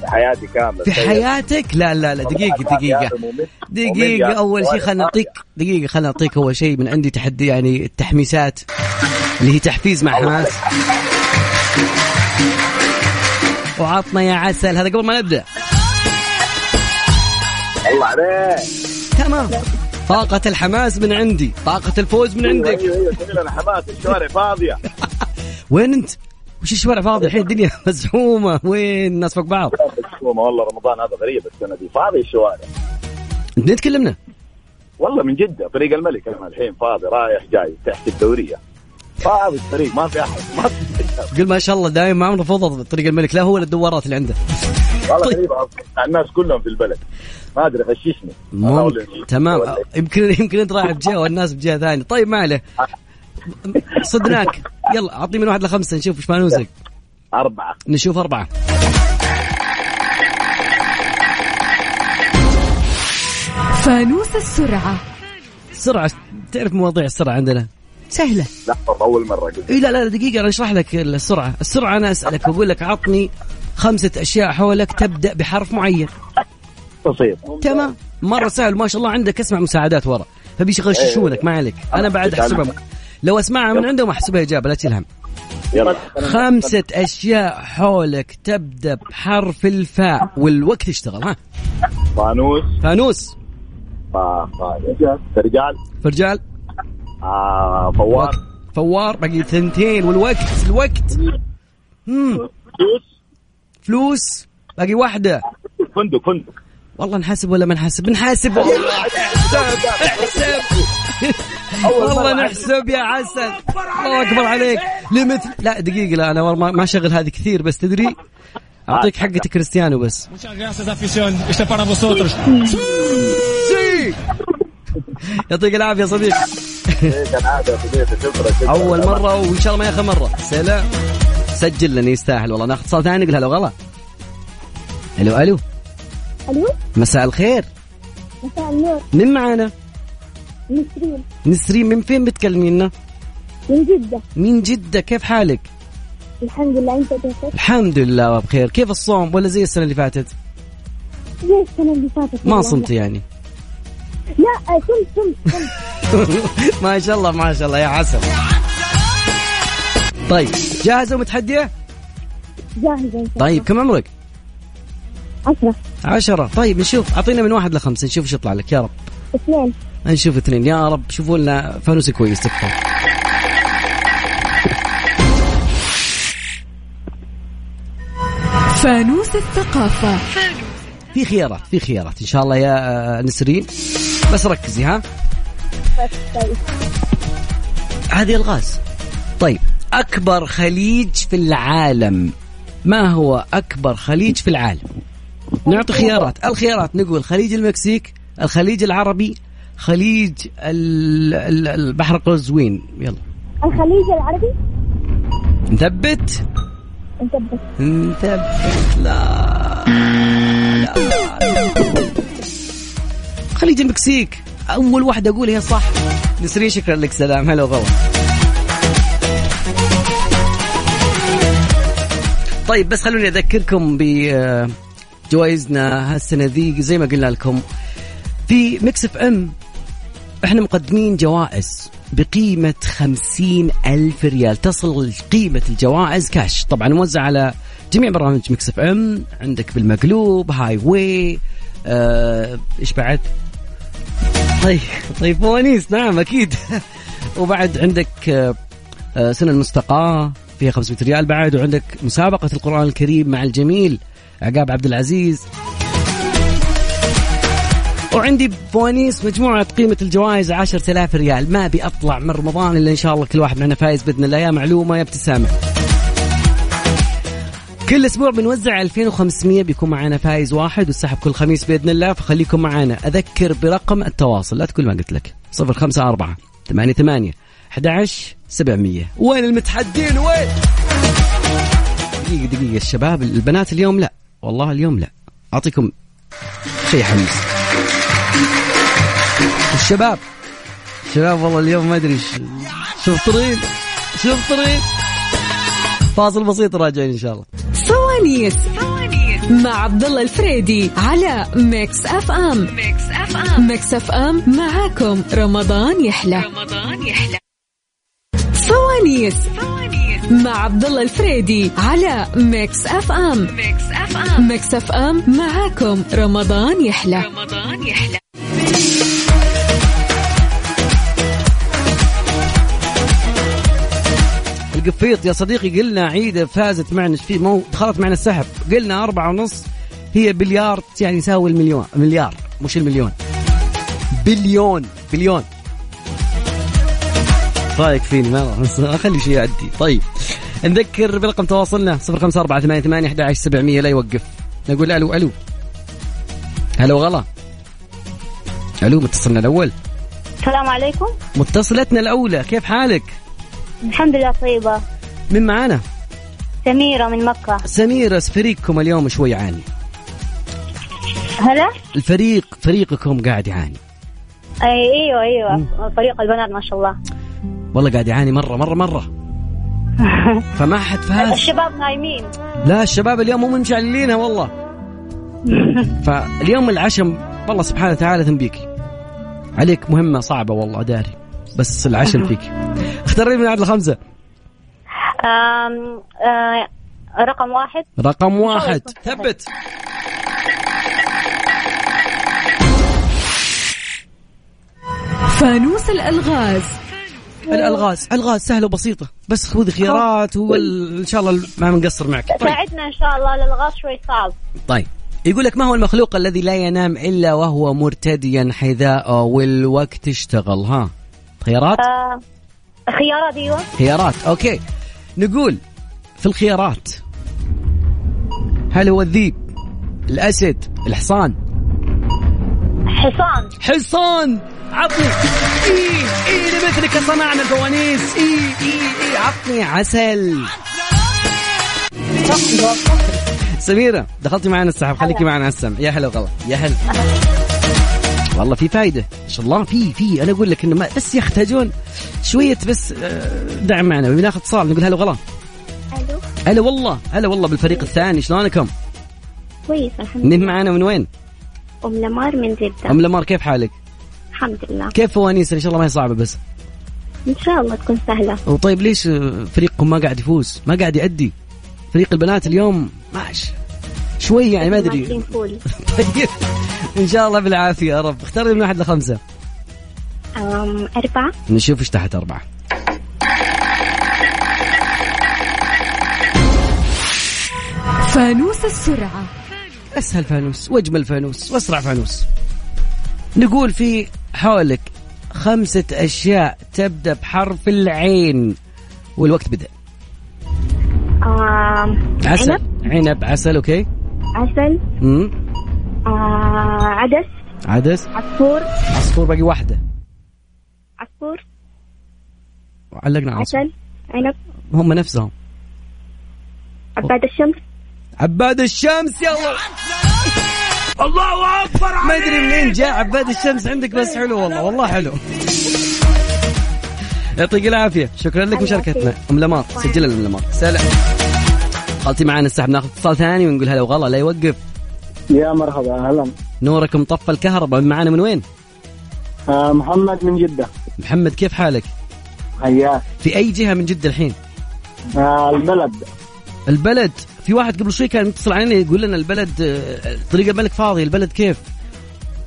Speaker 15: في حياتي كامله
Speaker 3: في
Speaker 15: تخيل.
Speaker 3: حياتك لا لا لا دقيقه
Speaker 15: والله يا
Speaker 3: دقيقه
Speaker 15: أخي ممل. ممل يا أخي. طيب،
Speaker 3: دقيقه اول شيء خلينا نعطيك دقيقه خلينا نعطيك اول شيء من عندي تحدي يعني التحميسات اللي هي تحفيز مع حماس وعطنا يا عسل هذا قبل ما نبدا
Speaker 15: الله عليك
Speaker 3: تمام طاقة الحماس من عندي طاقة الفوز من
Speaker 15: أيوة،
Speaker 3: عندك
Speaker 15: ايوه ايوه شغلنا حماس الشوارع فاضية
Speaker 3: وين انت؟ وش الشوارع فاضي الحين الدنيا [LAUGHS] مزحومة وين الناس فوق بعض
Speaker 15: أيوة. مقسومة والله رمضان هذا غريب السنة دي فاضي الشوارع
Speaker 3: انت ليه تكلمنا
Speaker 15: والله من جدة طريق الملك أنا الحين فاضي رايح جاي تحت الدورية فاضي الطريق ما في أحد ما في أحد.
Speaker 3: قل ما شاء الله دايم ما عمره فضل طريق الملك لا هو ولا الدوارات اللي عنده طيب.
Speaker 15: والله غريب أصلاً. الناس كلهم في البلد ما أدري غششني
Speaker 3: ممكن. تمام يمكن يمكن انت رايح بجهه والناس بجهه ثانيه طيب ما عليه صدناك يلا اعطني من واحد لخمسه نشوف ايش فانوسك
Speaker 15: أربعة
Speaker 3: نشوف اربعه
Speaker 4: فانوس السرعة
Speaker 3: سرعه تعرف مواضيع السرعه عندنا سهله
Speaker 15: لحظة أول مرة قلت
Speaker 3: إيه لا لا دقيقة أنا أشرح لك السرعة، السرعة أنا أسألك وأقول لك عطني خمسة أشياء حولك تبدأ بحرف معين.
Speaker 15: بسيط
Speaker 3: تمام مرة سهل ما شاء الله عندك اسمع مساعدات ورا فبيشغششونك ما عليك أنا بعد أحسبها لو أسمعها من عندهم أحسبها إجابة لا تشيل هم.
Speaker 15: يلا
Speaker 3: خمسة أشياء حولك تبدأ بحرف الفاء والوقت اشتغل ها
Speaker 15: فانوس
Speaker 3: فانوس
Speaker 15: فا- فا- رجال. رجال
Speaker 3: فرجال
Speaker 15: آه، فوار
Speaker 3: وقت. فوار باقي ثنتين والوقت الوقت مم.
Speaker 15: فلوس
Speaker 3: فلوس باقي واحدة
Speaker 15: فندق فندق
Speaker 3: والله نحاسب ولا ما نحاسب نحاسب [LAUGHS] والله نحسب يا عسل الله اكبر عليك لمثل لا دقيقه لا انا ما ما اشغل هذه كثير بس تدري اعطيك حقتي كريستيانو بس سي يعطيك العافيه يا صديقي
Speaker 15: إيه، كالعادة يا صديقي شكرا شكرا
Speaker 3: اول مره وان شاء الله ما اخر مره سلام سجل لانه يستاهل والله ناخذ اتصال ثاني نقول هلا وغلا الو الو
Speaker 9: الو
Speaker 3: مساء الخير
Speaker 9: مساء النور
Speaker 3: مين معانا؟
Speaker 9: نسرين
Speaker 3: نسرين من فين بتكلمينا؟
Speaker 9: من جدة
Speaker 3: من جدة كيف حالك؟
Speaker 9: الحمد لله انت كيفك؟
Speaker 3: الحمد لله بخير كيف الصوم ولا زي السنة اللي فاتت؟
Speaker 9: زي السنة اللي فاتت
Speaker 3: ما
Speaker 9: والله.
Speaker 3: صمت يعني [LAUGHS]
Speaker 9: لا كنت صمت صمت
Speaker 3: ما شاء الله ما شاء الله يا عسل طيب جاهزة ومتحدية؟
Speaker 9: جاهزة إن شاء
Speaker 3: طيب كم عمرك؟
Speaker 9: عشرة
Speaker 3: عشرة طيب نشوف أعطينا من واحد لخمسة نشوف ايش يطلع لك يا رب
Speaker 9: اثنين
Speaker 3: نشوف اثنين يا رب شوفوا لنا فانوس كويس تكفى
Speaker 4: فانوس الثقافة
Speaker 3: في خيارات في خيارات ان شاء الله يا آه، نسرين بس ركزي ها
Speaker 9: طيب
Speaker 3: هذه الغاز طيب اكبر خليج في العالم ما هو اكبر خليج في العالم نعطي خيارات الخيارات نقول خليج المكسيك الخليج العربي خليج ال- ال- البحر القزوين يلا
Speaker 9: الخليج العربي
Speaker 3: نثبت
Speaker 9: نثبت
Speaker 3: نثبت لا لا خليج المكسيك اول واحده اقول هي صح نسرين شكرا لك سلام هلا وغلا طيب بس خلوني اذكركم بجوائزنا هالسنه ذي زي ما قلنا لكم في ميكس اف ام احنا مقدمين جوائز بقيمة خمسين ألف ريال تصل قيمة الجوائز كاش طبعا موزع على جميع برامج ميكس اف ام عندك بالمقلوب هاي واي آه، ايش بعد طيب طيب فوانيس نعم اكيد [LAUGHS] وبعد عندك آه، آه، سنة المستقاة فيها 500 ريال بعد وعندك مسابقة القرآن الكريم مع الجميل عقاب عبد العزيز وعندي فوانيس مجموعة قيمة الجوائز 10000 ريال ما بيطلع من رمضان إلا إن شاء الله كل واحد مننا فايز بإذن الله يا معلومة يا ابتسامة كل اسبوع بنوزع 2500 بيكون معانا فايز واحد والسحب كل خميس باذن الله فخليكم معانا اذكر برقم التواصل لا تقول ما قلت لك 054 88 11 700 وين المتحدين وين؟ دقيقة دقيقة الشباب البنات اليوم لا والله اليوم لا اعطيكم شيء حمس الشباب الشباب والله اليوم ما ادري ايش شفطرين شفطرين فاصل بسيط راجعين ان شاء الله
Speaker 4: فوانيس مع عبد الله الفريدي على ميكس اف ام ميكس اف ام ميكس اف ام معاكم رمضان يحلى رمضان يحلى فوانيس مع عبد الله الفريدي على ميكس اف ام ميكس اف ام ميكس اف ام معاكم رمضان يحلى رمضان يحلى
Speaker 3: القفيط يا صديقي قلنا عيده فازت معنا في مو دخلت معنا السحب قلنا أربعة ونص هي بليار يعني يساوي المليون مليار مش المليون بليون بليون رايك فيني ما اخلي شيء يعدي طيب نذكر برقم تواصلنا 0548811700 لا يوقف نقول الو الو هلا وغلا الو متصلنا الاول
Speaker 9: السلام عليكم
Speaker 3: متصلتنا الاولى كيف حالك
Speaker 9: الحمد لله طيبة
Speaker 3: من معانا
Speaker 9: سميرة من مكة
Speaker 3: سميرة فريقكم اليوم شوي عاني
Speaker 9: هلا
Speaker 3: الفريق فريقكم قاعد يعاني
Speaker 9: أي ايوه ايوه فريق البنات ما شاء الله
Speaker 3: والله قاعد يعاني مرة مرة مرة فما حد فاز
Speaker 9: الشباب نايمين
Speaker 3: لا الشباب اليوم هم مشعلينها والله فاليوم العشم والله سبحانه وتعالى تنبيكي عليك مهمة صعبة والله داري بس العشم فيك اختاري من عدد الخمسة
Speaker 9: آم، آه، رقم واحد
Speaker 3: رقم واحد ثبت
Speaker 4: فانوس الالغاز
Speaker 3: الالغاز الغاز سهله وبسيطه بس خذي خيارات وان شاء الله ما بنقصر معك طيب.
Speaker 9: ساعدنا ان شاء الله للغاز شوي صعب
Speaker 3: طيب يقول لك ما هو المخلوق الذي لا ينام الا وهو مرتديا حذاءه والوقت اشتغل ها خيارات
Speaker 9: آه، خيارات
Speaker 10: أيوة.
Speaker 9: ايوه
Speaker 3: خيارات اوكي نقول في الخيارات هل هو الذيب الاسد الحصان
Speaker 9: حصان
Speaker 3: حصان عطني اي اي لمثلك صنعنا الفوانيس اي اي اي عطني عسل سميرة دخلتي معنا السحب خليكي معنا على السمع يا هلا وغلا يا هلا والله في فايدة ان شاء الله في في انا اقول لك انه ما بس يحتاجون شوية بس آه، دعم معنا بناخذ اتصال نقول هلا وغلا
Speaker 16: الو
Speaker 3: هلا والله هلا والله بالفريق الثاني شلونكم؟
Speaker 16: كويس الحمد لله
Speaker 3: مين معنا من وين؟
Speaker 16: ام لمار من جده
Speaker 3: ام لمار كيف حالك؟
Speaker 16: الحمد لله
Speaker 3: كيف فوانيس ان شاء الله ما هي صعبة بس
Speaker 16: ان شاء الله تكون سهله
Speaker 3: وطيب ليش آه، فريقكم ما قاعد يفوز؟ ما قاعد يأدي فريق البنات اليوم ماشي شوي يعني ما ادري
Speaker 10: [LAUGHS]
Speaker 16: ماكلين فول
Speaker 3: طيب ان شاء الله بالعافيه يا رب اختاري من واحد لخمسه
Speaker 16: أم، اربعه
Speaker 3: نشوف ايش تحت اربعه
Speaker 4: فانوس السرعة
Speaker 3: اسهل فانوس واجمل فانوس واسرع فانوس نقول في حولك خمسة أشياء تبدأ بحرف العين والوقت بدأ
Speaker 16: أم،
Speaker 3: عسل
Speaker 16: عنب
Speaker 3: عنب عسل أوكي
Speaker 16: عسل
Speaker 3: مم.
Speaker 16: آه، عدس
Speaker 3: عدس
Speaker 16: عصفور
Speaker 3: عصفور باقي واحدة
Speaker 16: عصفور
Speaker 3: علقنا عصفور
Speaker 16: عسل عنب
Speaker 3: هم نفسهم
Speaker 16: عباد الشمس
Speaker 3: عباد الشمس يلا الله اكبر ما ادري منين جاء عباد الشمس عندك بس حلو والله والله حلو يعطيك العافيه شكرا لك مشاركتنا ام لمار سجل لنا ام لمار سلام خالتي معنا السحب ناخذ اتصال ثاني ونقول هلا وغلا لا يوقف
Speaker 17: يا مرحبا اهلا
Speaker 3: نورك مطفى الكهرباء معنا من وين
Speaker 17: آه، محمد من جدة
Speaker 3: محمد كيف حالك
Speaker 17: حياك
Speaker 3: في اي جهه من جده الحين
Speaker 17: آه، البلد
Speaker 3: البلد في واحد قبل شوي كان متصل علينا يقول لنا البلد آه، طريق الملك فاضي البلد كيف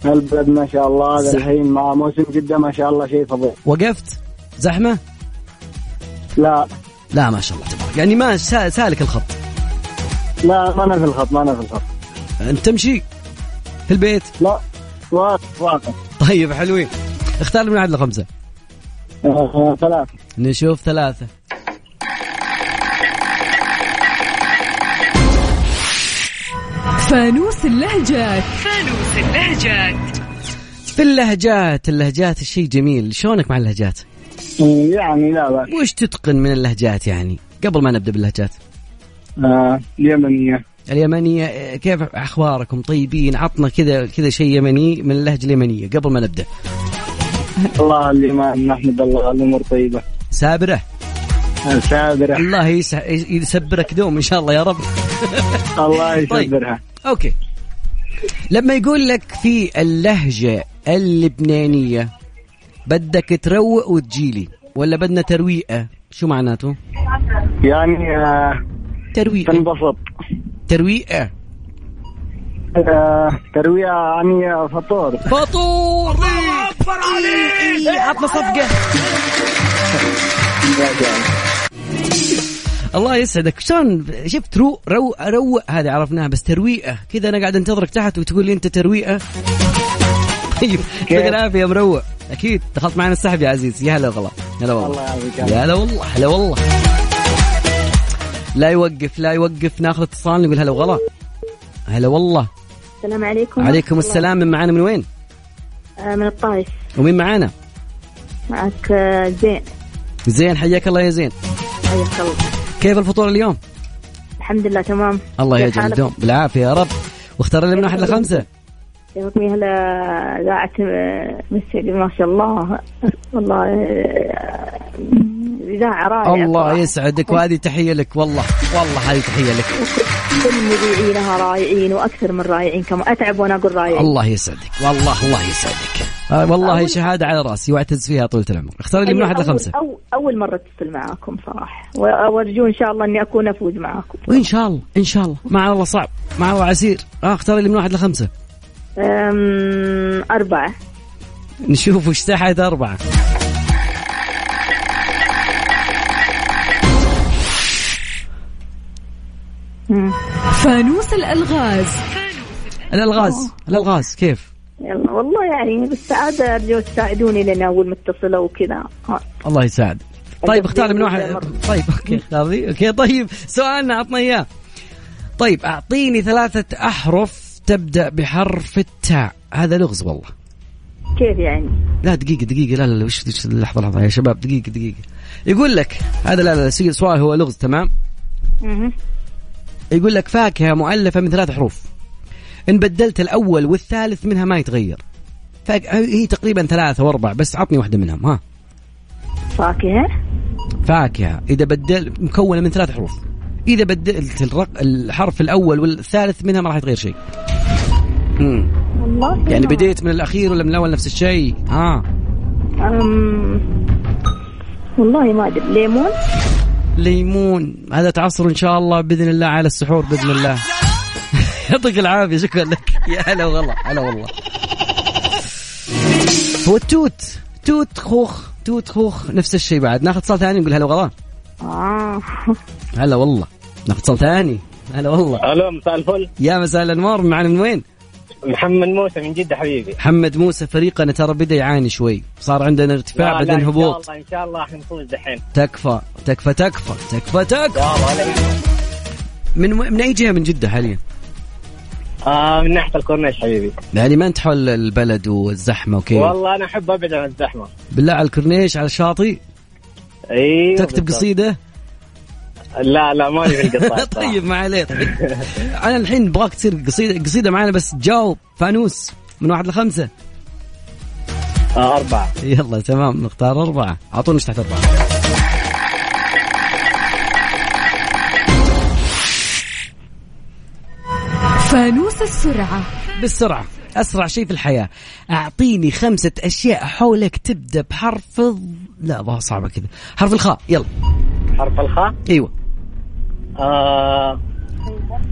Speaker 17: البلد ما شاء الله هذا
Speaker 3: صح.
Speaker 17: الحين مع موسم جدة ما شاء الله شيء فظيع
Speaker 3: وقفت زحمه
Speaker 17: لا
Speaker 3: لا ما شاء الله تبارك يعني ما سا- سالك الخط
Speaker 17: لا ما انا في الخط ما انا في الخط
Speaker 3: انت تمشي في البيت
Speaker 17: لا واقف واقف
Speaker 3: طيب حلوين اختار من عدد لخمسة
Speaker 17: آه، ثلاثة
Speaker 3: نشوف ثلاثة
Speaker 4: فانوس اللهجات
Speaker 14: فانوس اللهجات
Speaker 3: في اللهجات اللهجات الشيء جميل شلونك مع اللهجات
Speaker 17: يعني لا بأس
Speaker 3: وش تتقن من اللهجات يعني قبل ما نبدأ باللهجات
Speaker 17: آه، اليمنية
Speaker 3: اليمنية آه، كيف أخباركم طيبين عطنا كذا كذا شيء يمني من اللهجة اليمنية قبل ما نبدأ
Speaker 17: الله اللي ما نحمد الله الامور طيبة
Speaker 3: سابرة
Speaker 17: سابرة
Speaker 3: الله يسع... يسبرك دوم إن شاء الله يا رب
Speaker 17: الله
Speaker 3: طيب.
Speaker 17: يسبرها
Speaker 3: اوكي لما يقول لك في اللهجة اللبنانية بدك تروق وتجيلي ولا بدنا ترويقة شو معناته؟
Speaker 17: يعني آه،
Speaker 3: ترويقة
Speaker 17: تنبسط
Speaker 3: ترويقة
Speaker 17: آه، تروية يعني فطور
Speaker 3: فطور إي، إي، إيه، عطنا صفقة الله يسعدك شلون شفت رو روق روق هذه عرفناها بس ترويقة كذا أنا قاعد أنتظرك تحت وتقول لي أنت ترويقة طيب يعطيك العافية يا مروق أكيد دخلت معنا السحب يا عزيز يا هلا والله هلا والله
Speaker 17: الله يعافيك
Speaker 3: يا هلا والله هلا والله لا يوقف لا يوقف ناخذ اتصال نقول هلا وغلا هلا والله
Speaker 10: السلام عليكم
Speaker 3: عليكم السلام من معانا من وين
Speaker 10: آه، من الطائف
Speaker 3: ومين معانا
Speaker 10: معك آه، زين
Speaker 3: زين حياك الله يا زين
Speaker 10: حياك الله
Speaker 3: كيف الفطور اليوم
Speaker 10: الحمد لله تمام
Speaker 3: الله
Speaker 10: كيف
Speaker 3: يجعل
Speaker 10: حالك؟
Speaker 3: الدوم بالعافيه يا رب واختار لنا من واحد لخمسه
Speaker 10: يعطني هلا قاعة مسعدي ما شاء الله والله آه، إذاعة رائعة
Speaker 3: الله
Speaker 10: صراحة.
Speaker 3: يسعدك وهذه تحيه لك والله والله هذه تحيه لك
Speaker 10: كل مذيعينها رائعين وأكثر من رائعين كما أتعب وأنا أقول رائعين
Speaker 3: الله يسعدك والله الله يسعدك آه، والله شهاده على راسي واعتز فيها طول العمر اختار لي من
Speaker 10: أيوة،
Speaker 3: واحد
Speaker 10: أول-
Speaker 3: لخمسه
Speaker 10: أول, أول مرة أتصل معاكم صراحة و- وأرجو إن شاء الله إني أكون أفوز معاكم
Speaker 3: وان شاء الله ان شاء الله مع الله صعب مع الله عسير اه اختار لي من واحد لخمسه
Speaker 10: أم، أربعة
Speaker 3: نشوف وش تحت أربعة
Speaker 4: فانوس الألغاز
Speaker 3: الألغاز الألغاز كيف
Speaker 10: يلا والله يعني بالسعادة أرجو تساعدوني لأني أول متصلة وكذا آه.
Speaker 3: الله يساعد طيب اختار من واحد
Speaker 10: مرة.
Speaker 3: طيب اوكي اختار ذي اوكي طيب سؤالنا عطنا اياه طيب اعطيني ثلاثة احرف تبدا بحرف التاء هذا لغز والله
Speaker 10: كيف يعني
Speaker 3: لا دقيقة دقيقة لا لا لا وش وش- لحظة لحظة يا شباب دقيقة دقيقة يقول لك هذا لا لا لا، سؤال هو لغز تمام
Speaker 10: مهم.
Speaker 3: يقول لك فاكهة مؤلفة من ثلاث حروف إن بدلت الأول والثالث منها ما يتغير فاك... هي تقريبا ثلاثة وأربع بس عطني واحدة منهم ها
Speaker 16: فاكهة
Speaker 3: فاكهة إذا بدل مكونة من ثلاث حروف إذا بدلت الرق... الحرف الأول والثالث منها ما راح يتغير شيء مم.
Speaker 16: والله
Speaker 3: يعني بديت من الأخير ولا من الأول نفس الشيء ها
Speaker 16: أم... والله ما أدري ليمون
Speaker 3: ليمون هذا تعصر ان شاء الله باذن الله على السحور باذن الله [LAUGHS] يعطيك العافيه شكرا لك [LAUGHS] يا هلا والله هلا والله هو التوت توت خوخ توت خوخ نفس الشيء بعد ناخذ اتصال ثاني نقول هلا والله
Speaker 16: آه.
Speaker 3: هلا والله ناخذ اتصال ثاني هلا والله
Speaker 18: الو مساء الفل
Speaker 3: يا مساء الانوار معنا من وين؟
Speaker 18: محمد موسى من جدة حبيبي
Speaker 3: محمد موسى فريقنا ترى بدا يعاني شوي صار عندنا ارتفاع
Speaker 18: لا، لا،
Speaker 3: بعدين هبوط
Speaker 18: ان شاء الله ان شاء الله حنفوز دحين
Speaker 3: تكفى تكفى تكفى تكفى تكفى من من اي جهه من جده حاليا؟
Speaker 18: آه من ناحيه الكورنيش حبيبي
Speaker 3: يعني ما انت حول البلد والزحمه وكيف
Speaker 18: والله انا احب ابعد عن الزحمه
Speaker 3: بالله على الكورنيش على الشاطئ
Speaker 18: ايوه
Speaker 3: تكتب
Speaker 18: بالضبط.
Speaker 3: قصيده
Speaker 18: لا لا ما في
Speaker 3: [LAUGHS]
Speaker 18: القصات
Speaker 3: طيب ما عليه طيب انا الحين ابغاك تصير قصيده قصيده معنا بس تجاوب فانوس من واحد لخمسه
Speaker 18: آه اربعه
Speaker 3: يلا تمام نختار اربعه اعطونا ايش تحت اربعه
Speaker 4: فانوس السرعة
Speaker 3: بالسرعه اسرع شيء في الحياه اعطيني خمسه اشياء حولك تبدا بحرف ال... لا والله صعبه كذا حرف الخاء يلا
Speaker 18: حرف الخاء
Speaker 3: ايوه
Speaker 18: آه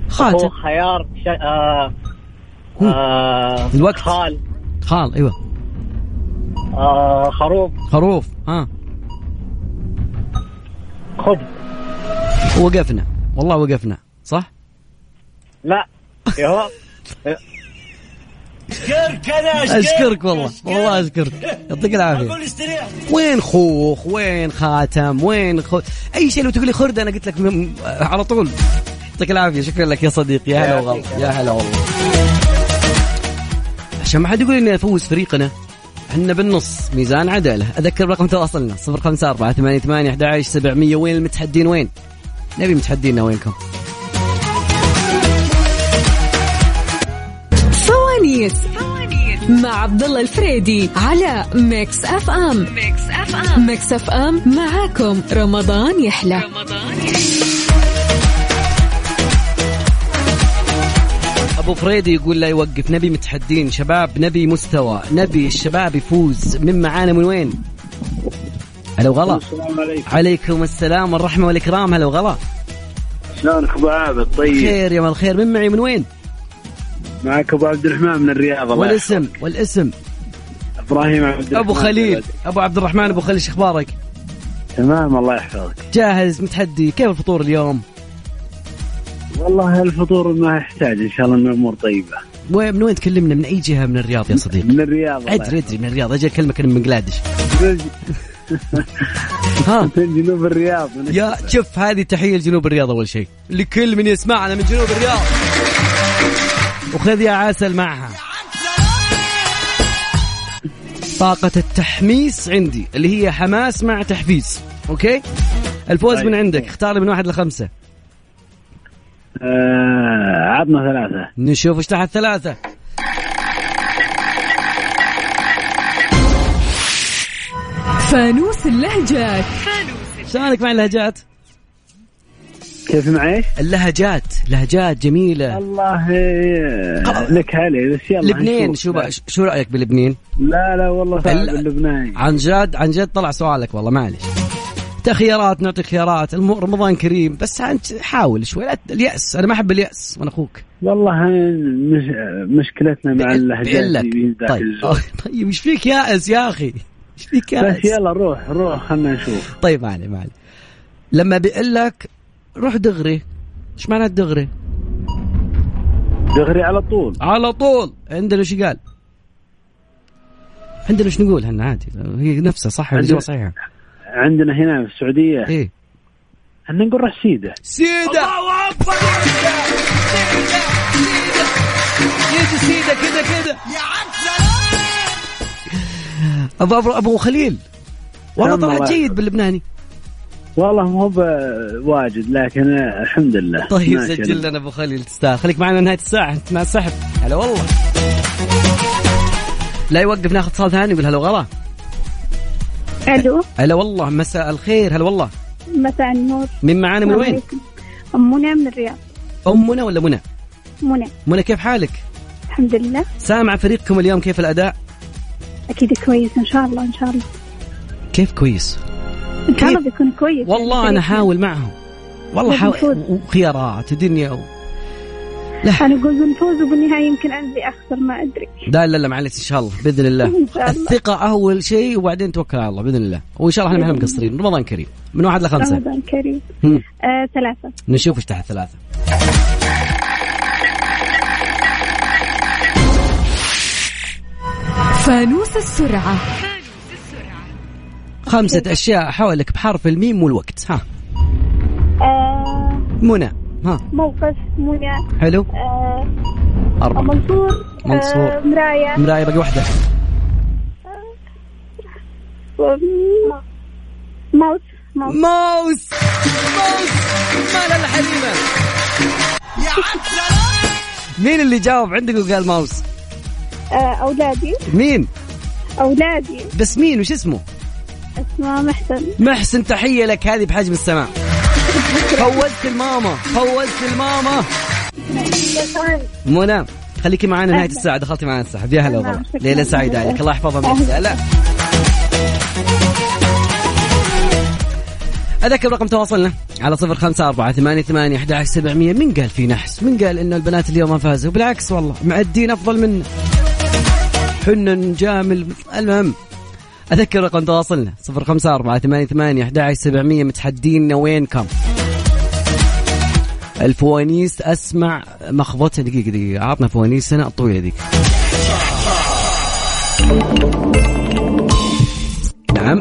Speaker 3: خاتم.
Speaker 18: هو خيار ش... آه آه
Speaker 3: الوقت.
Speaker 18: خال
Speaker 3: خال ايوه
Speaker 18: آه خروف
Speaker 3: خروف ها
Speaker 18: خب
Speaker 3: وقفنا والله وقفنا صح
Speaker 18: لا يا
Speaker 3: [LAUGHS]
Speaker 18: هو
Speaker 3: اشكرك والله والله اشكرك يعطيك العافيه وين خوخ وين خاتم وين خو... اي شيء لو تقول لي خرده انا قلت لك م... على طول يعطيك العافيه شكرا لك يا صديقي يا هلا والله يا هلا والله عشان ما حد يقول اني افوز فريقنا احنا بالنص ميزان عداله اذكر رقم تواصلنا 054 88 11 700 وين المتحدين وين؟ نبي متحدينا وينكم؟
Speaker 4: فوانيس مع عبد الله الفريدي على ميكس اف ام
Speaker 14: ميكس اف ام
Speaker 4: ميكس اف ام معاكم رمضان يحلى
Speaker 14: رمضان
Speaker 3: ابو فريدي يقول لا يوقف نبي متحدين شباب نبي مستوى نبي الشباب يفوز من معانا من وين؟ هلا وغلا
Speaker 12: السلام عليكم
Speaker 3: عليكم السلام والرحمه والاكرام هلا وغلا
Speaker 12: شلونك ابو عابد طيب
Speaker 3: خير يا من الخير من معي من وين؟
Speaker 12: معك ابو عبد الرحمن من الرياض الله يحفظك.
Speaker 3: والاسم والاسم
Speaker 12: ابراهيم عبد الرحمن
Speaker 3: ابو خليل ابو عبد الرحمن ابو خليل ايش اخبارك؟
Speaker 12: تمام الله يحفظك
Speaker 3: جاهز متحدي كيف الفطور اليوم؟
Speaker 12: والله الفطور ما يحتاج ان شاء الله ان الامور طيبه
Speaker 3: وين من وين تكلمنا من اي جهه من الرياض يا صديقي؟
Speaker 12: من الرياض الله
Speaker 3: ادري ادري من الرياض اجي اكلمك أنا من بنجلاديش ها
Speaker 12: يحفظك. من جنوب الرياض من
Speaker 3: يا شوف هذه تحيه لجنوب الرياض اول شيء لكل من يسمعنا من جنوب الرياض وخذ يا عسل معها طاقة التحميس عندي اللي هي حماس مع تحفيز اوكي الفوز من عندك اختار لي من واحد لخمسة
Speaker 12: آه، عطنا ثلاثه
Speaker 3: نشوف ايش تحت ثلاثة
Speaker 4: فانوس اللهجات
Speaker 3: شلونك مع اللهجات
Speaker 12: كيف معي؟
Speaker 3: اللهجات لهجات جميلة
Speaker 12: الله آه، لك هالي بس يلا
Speaker 3: لبنان
Speaker 12: نشوف.
Speaker 3: شو بقى- شو رأيك بلبنان
Speaker 12: لا لا والله صعب
Speaker 3: ال-
Speaker 12: اللبناني
Speaker 3: عن جد عن جد طلع سؤالك والله معلش تخيارات نعطيك خيارات الم- رمضان كريم بس انت حاول شوي لا ت- الياس انا ما احب الياس وانا اخوك
Speaker 12: والله مش مشكلتنا مع
Speaker 3: بقول
Speaker 12: اللهجات
Speaker 3: لك.
Speaker 12: اللي ذاك
Speaker 3: طيب
Speaker 12: الزود.
Speaker 3: آه، [LAUGHS] طيب ايش فيك يائس يا اخي ايش فيك
Speaker 12: بس
Speaker 3: يائس
Speaker 12: يلا روح روح خلنا نشوف
Speaker 3: طيب ما عليه ما عليه لما بقول لك روح دغري ايش معنى دغري
Speaker 12: دغري على طول
Speaker 3: على طول عندنا ايش قال عندنا ايش نقول هن عادي هي نفسها صح الاجابه صحيحه
Speaker 12: عندنا هنا في السعوديه
Speaker 3: ايه
Speaker 12: احنا نقول روح سيده
Speaker 3: سيدة سيدة سيدة كذا كذا ابو ابو ابو خليل والله
Speaker 12: سلام الله
Speaker 3: طلعت جيد
Speaker 12: يحفظك.
Speaker 3: باللبناني
Speaker 12: والله مو ب- واجد لكن الحمد لله
Speaker 3: طيب
Speaker 12: ماشي
Speaker 3: سجل لنا ابو خليل تستاهل خليك معنا نهايه الساعه انت مع السحب هلا والله لا يوقف ناخذ اتصال ثاني يقول هلا والله
Speaker 10: الو
Speaker 3: هلا والله مساء الخير هلا والله
Speaker 10: مساء النور
Speaker 3: من معانا من وين؟
Speaker 10: منى من الرياض
Speaker 3: ام منى ولا منى؟
Speaker 10: منى
Speaker 3: منى كيف حالك؟
Speaker 10: الحمد لله
Speaker 3: سامع فريقكم اليوم كيف الاداء؟
Speaker 10: اكيد كويس ان شاء الله ان شاء الله
Speaker 3: كيف كويس؟
Speaker 10: ان شاء الله بيكون كويس
Speaker 3: إيه. والله انا حاول معهم والله
Speaker 10: لازم
Speaker 3: حاول
Speaker 10: نفوز.
Speaker 3: وخيارات ودنيا و...
Speaker 10: انا اقول بنفوز وبالنهايه يمكن انزي اخسر ما ادري
Speaker 3: لا لا لا معلش ان شاء الله باذن الله
Speaker 10: إن شاء الله.
Speaker 3: الثقه اول شيء وبعدين توكل على الله باذن الله وان شاء الله احنا ما إحنا مقصرين رمضان كريم من واحد لخمسه
Speaker 10: رمضان كريم
Speaker 3: هم.
Speaker 10: آه ثلاثة
Speaker 3: نشوف ايش تحت ثلاثه
Speaker 4: فانوس السرعة
Speaker 3: خمسه اشياء حولك بحرف الميم والوقت ها
Speaker 10: آه
Speaker 3: منى ها
Speaker 10: موقف منى
Speaker 3: حلو
Speaker 10: آه
Speaker 3: اربعه
Speaker 10: منصور آه
Speaker 3: منصور.
Speaker 10: مراية
Speaker 3: مرايه باقي واحده
Speaker 10: آه، موس موس
Speaker 3: موس موس ما لا حليمه
Speaker 10: يا
Speaker 3: مين اللي جاوب عندك وقال ماوس
Speaker 10: آه، اولادي
Speaker 3: مين
Speaker 10: اولادي
Speaker 3: بس مين وش اسمه
Speaker 10: اسمها محسن
Speaker 3: محسن تحيه لك هذه بحجم السماء فوزت الماما فوزت الماما منى خليكي معنا نهايه الساعه دخلتي معنا السحب يا هلا والله ليله سعيده عليك الله يحفظها من السلام أذكر رقم تواصلنا على صفر خمسة أربعة ثمانية ثمانية أحد عشر سبعمية من قال في نحس من قال إن البنات اليوم ما فازوا بالعكس والله معدين أفضل منا حنا نجامل المهم أذكر رقم تواصلنا صفر خمسة أربعة ثمانية ثمانية أحد عشر سبعمية متحدين وينكم الفوانيس أسمع مخبطها دقيقة دقيقة عطنا فوانيسنا الطويلة ذيك نعم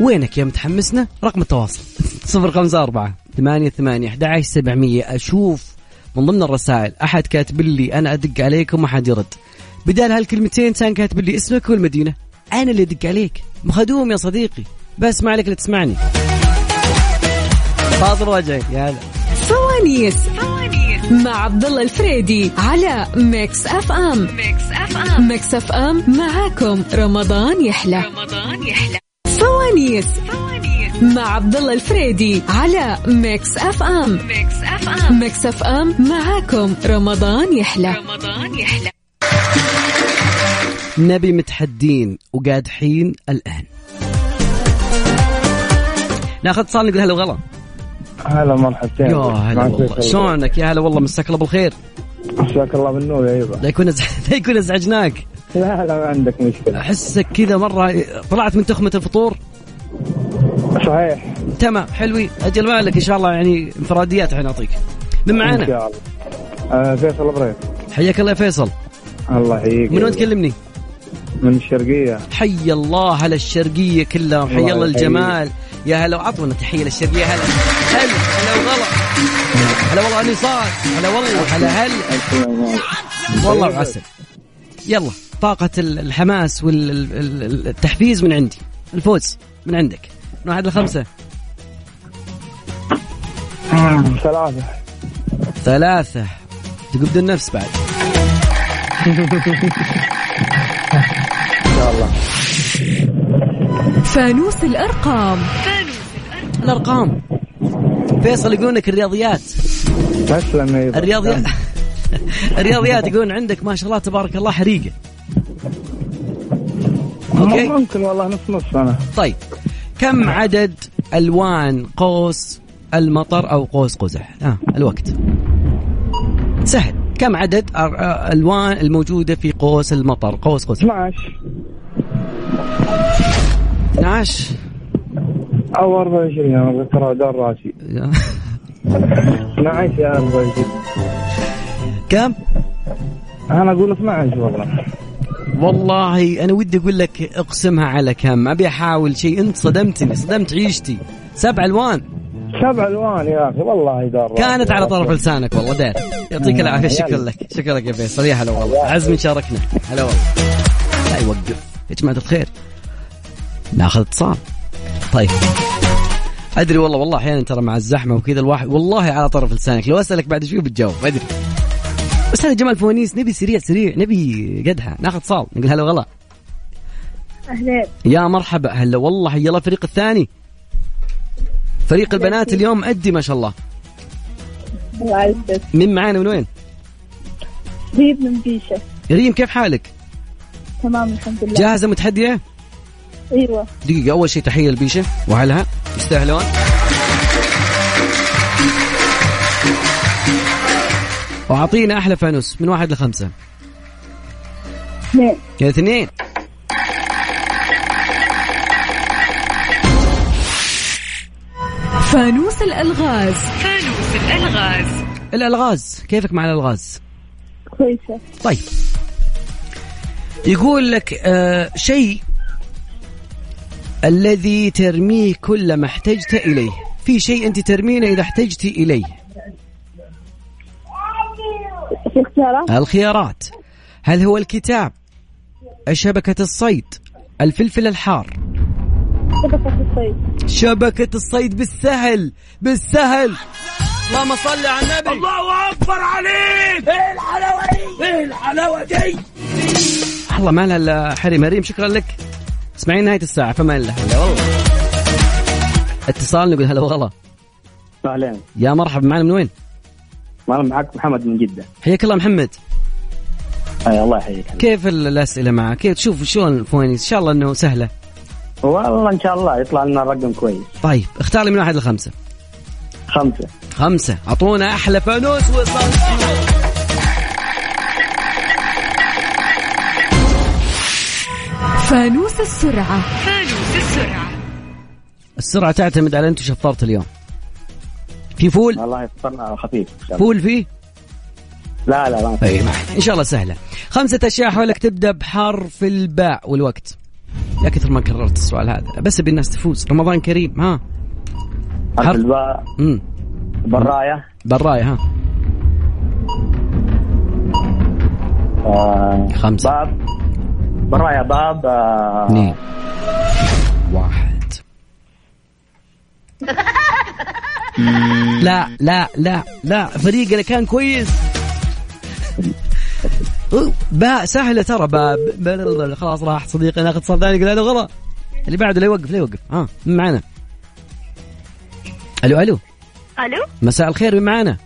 Speaker 3: وينك يا متحمسنا رقم التواصل [LAUGHS] 054 ثمانية ثمانية 11 700 أشوف من ضمن الرسائل أحد كاتب لي أنا أدق عليكم ما حد يرد بدال هالكلمتين كان كاتب لي اسمك والمدينة أنا اللي أدق عليك مخدوم يا صديقي بس ما عليك لا تسمعني فاضل وجهي يا هلا
Speaker 4: فوانيس مع عبد الله الفريدي على ميكس اف ام ميكس اف ام ميكس اف ام معاكم رمضان يحلى رمضان يحلى فوانيس مع عبد الله الفريدي على ميكس اف ام ميكس اف ام ميكس اف ام معاكم رمضان يحلى رمضان يحلى
Speaker 3: نبي متحدين وقاد حين الآن ناخذ اتصال نقول هلا وغلا
Speaker 17: هلا مرحبتين
Speaker 3: يا هلا والله شلونك يا هلا والله مساك الله بالخير
Speaker 17: مساك الله بالنور يا يبا
Speaker 3: لا يكون أز... [LAUGHS] لا يكون ازعجناك
Speaker 17: لا لا ما عندك مشكلة
Speaker 3: احسك كذا مره طلعت من تخمه الفطور
Speaker 17: صحيح
Speaker 3: تمام حلوي اجل مالك ان شاء الله يعني انفراديات الحين اعطيك من
Speaker 17: إن
Speaker 3: معانا
Speaker 17: شاء الله آه، فيصل ابراهيم
Speaker 3: حياك الله يا فيصل
Speaker 17: الله يحييك
Speaker 3: من وين تكلمني؟
Speaker 17: من الشرقية
Speaker 3: حي الله هلا الشرقيه كلها
Speaker 17: الله
Speaker 3: حي الله
Speaker 17: يحييك.
Speaker 3: الجمال يا هلا عطونا تحيه للشرقيه هلا هلا هلا وغلا هلا والله اني صار هلا والله هلا هلا والله وعسل يلا طاقة ال- الحماس والتحفيز من عندي الفوز من عندك من واحد لخمسة
Speaker 17: ثلاثة
Speaker 3: ثلاثة تقبض النفس بعد
Speaker 17: ان شاء الله
Speaker 4: فانوس الارقام
Speaker 3: الأرقام فيصل يقول لك الرياضيات
Speaker 17: تسلم يا يبا
Speaker 3: الرياضيات [LAUGHS] الرياضيات يقولون عندك ما شاء الله تبارك الله حريقة
Speaker 17: أوكي.
Speaker 3: أوكي
Speaker 17: ممكن والله نص نص انا
Speaker 3: طيب كم عدد ألوان قوس المطر أو قوس قزح آه الوقت سهل كم عدد أر- آه، ألوان الموجودة في قوس المطر قوس قزح
Speaker 17: 12
Speaker 3: 12
Speaker 17: او 24 انا ترى دار راسي 12 يا 24
Speaker 3: [LAUGHS] كم
Speaker 17: انا اقول 12 والله
Speaker 3: والله انا ودي اقول لك اقسمها على كم ابي احاول شيء انت صدمتني صدمت عيشتي سبع الوان
Speaker 17: سبع الوان يا اخي والله دار
Speaker 3: كانت على طرف لسانك والله دير يعطيك العافيه شكرا لك شكرا لك يا فيصل يا هلا والله عزمي شاركنا هلا والله لا يوقف يا جماعه الخير ناخذ اتصال طيب ادري والله والله احيانا ترى مع الزحمه وكذا الواحد والله على طرف لسانك لو اسالك بعد شوي بتجاوب ادري بس هذا جمال فوانيس نبي سريع سريع نبي قدها ناخذ اتصال نقول هلا والله
Speaker 10: أهلين
Speaker 3: يا مرحبا هلا والله حيا الله الفريق الثاني فريق البنات اليوم مأدي ما شاء الله
Speaker 10: الله يعزك
Speaker 3: مين معانا من وين؟
Speaker 10: ريم من بيشة
Speaker 3: ريم كيف حالك؟
Speaker 10: تمام الحمد لله
Speaker 3: جاهزه متحديه؟
Speaker 10: ايوه
Speaker 3: دقيقه اول شيء تحيه لبيشه واهلها يستاهلون واعطينا احلى فانوس من واحد لخمسه
Speaker 10: اثنين
Speaker 3: يا اثنين
Speaker 4: فانوس الألغاز
Speaker 14: فانوس الألغاز
Speaker 3: الالغاز كيفك مع الالغاز؟
Speaker 10: كويسة
Speaker 3: طيب يقول لك آه شيء الذي ترميه كلما احتجت اليه في شيء انت ترمينه اذا احتجتي اليه
Speaker 10: في اختيارات
Speaker 3: الخيارات هل هو الكتاب شبكة الصيد الفلفل الحار
Speaker 10: شبكة الصيد
Speaker 3: شبكة الصيد بالسهل بالسهل اللهم صل على النبي
Speaker 1: الله اكبر عليك ايه الحلاوه دي ايه الحلاوه دي
Speaker 3: الله ما لها الا حريم هريم شكرا لك اسمعين نهاية الساعة فما لها هلا والله اتصال نقول هلا والله
Speaker 17: اهلين
Speaker 3: يا مرحبا معنا من وين؟
Speaker 17: معنا معك محمد من جده
Speaker 3: حياك الله محمد
Speaker 17: اي الله يحييك
Speaker 3: كيف ال- الأسئلة معك؟ كيف تشوف شلون الفوانيس؟ إن شاء الله أنه سهلة
Speaker 17: والله ان شاء الله يطلع لنا رقم كويس
Speaker 3: طيب اختار لي من واحد لخمسة
Speaker 17: خمسه
Speaker 3: خمسة أعطونا أحلى فانوس وصل
Speaker 4: فانوس السرعة
Speaker 14: فانوس السرعة
Speaker 3: السرعة تعتمد على أنت شفرت اليوم في فول
Speaker 17: الله يفطرنا خفيف إن شاء الله.
Speaker 3: فول فيه
Speaker 17: لا لا ما
Speaker 3: طيب
Speaker 17: في
Speaker 3: ما- إن شاء الله سهلة خمسة أشياء حولك تبدأ بحرف الباء والوقت يا كثر ما كررت السؤال هذا بس أبي الناس تفوز رمضان كريم ها
Speaker 17: حرف
Speaker 3: حرف-
Speaker 17: الباء
Speaker 3: امم
Speaker 17: برايه
Speaker 3: براية ها
Speaker 17: آه،
Speaker 3: خمسة
Speaker 17: باب برايه باب آه،
Speaker 3: اثنين واحد [LAUGHS] لا لا لا لا فريق اللي كان كويس [LAUGHS] أوه، باء سهلة ترى باء ب- خلاص راح صديقي ناخذ صار ثاني يقول هذا غلط اللي بعده لا يوقف لا يوقف ها من معنا الو الو
Speaker 10: الو
Speaker 3: مساء الخير من معنا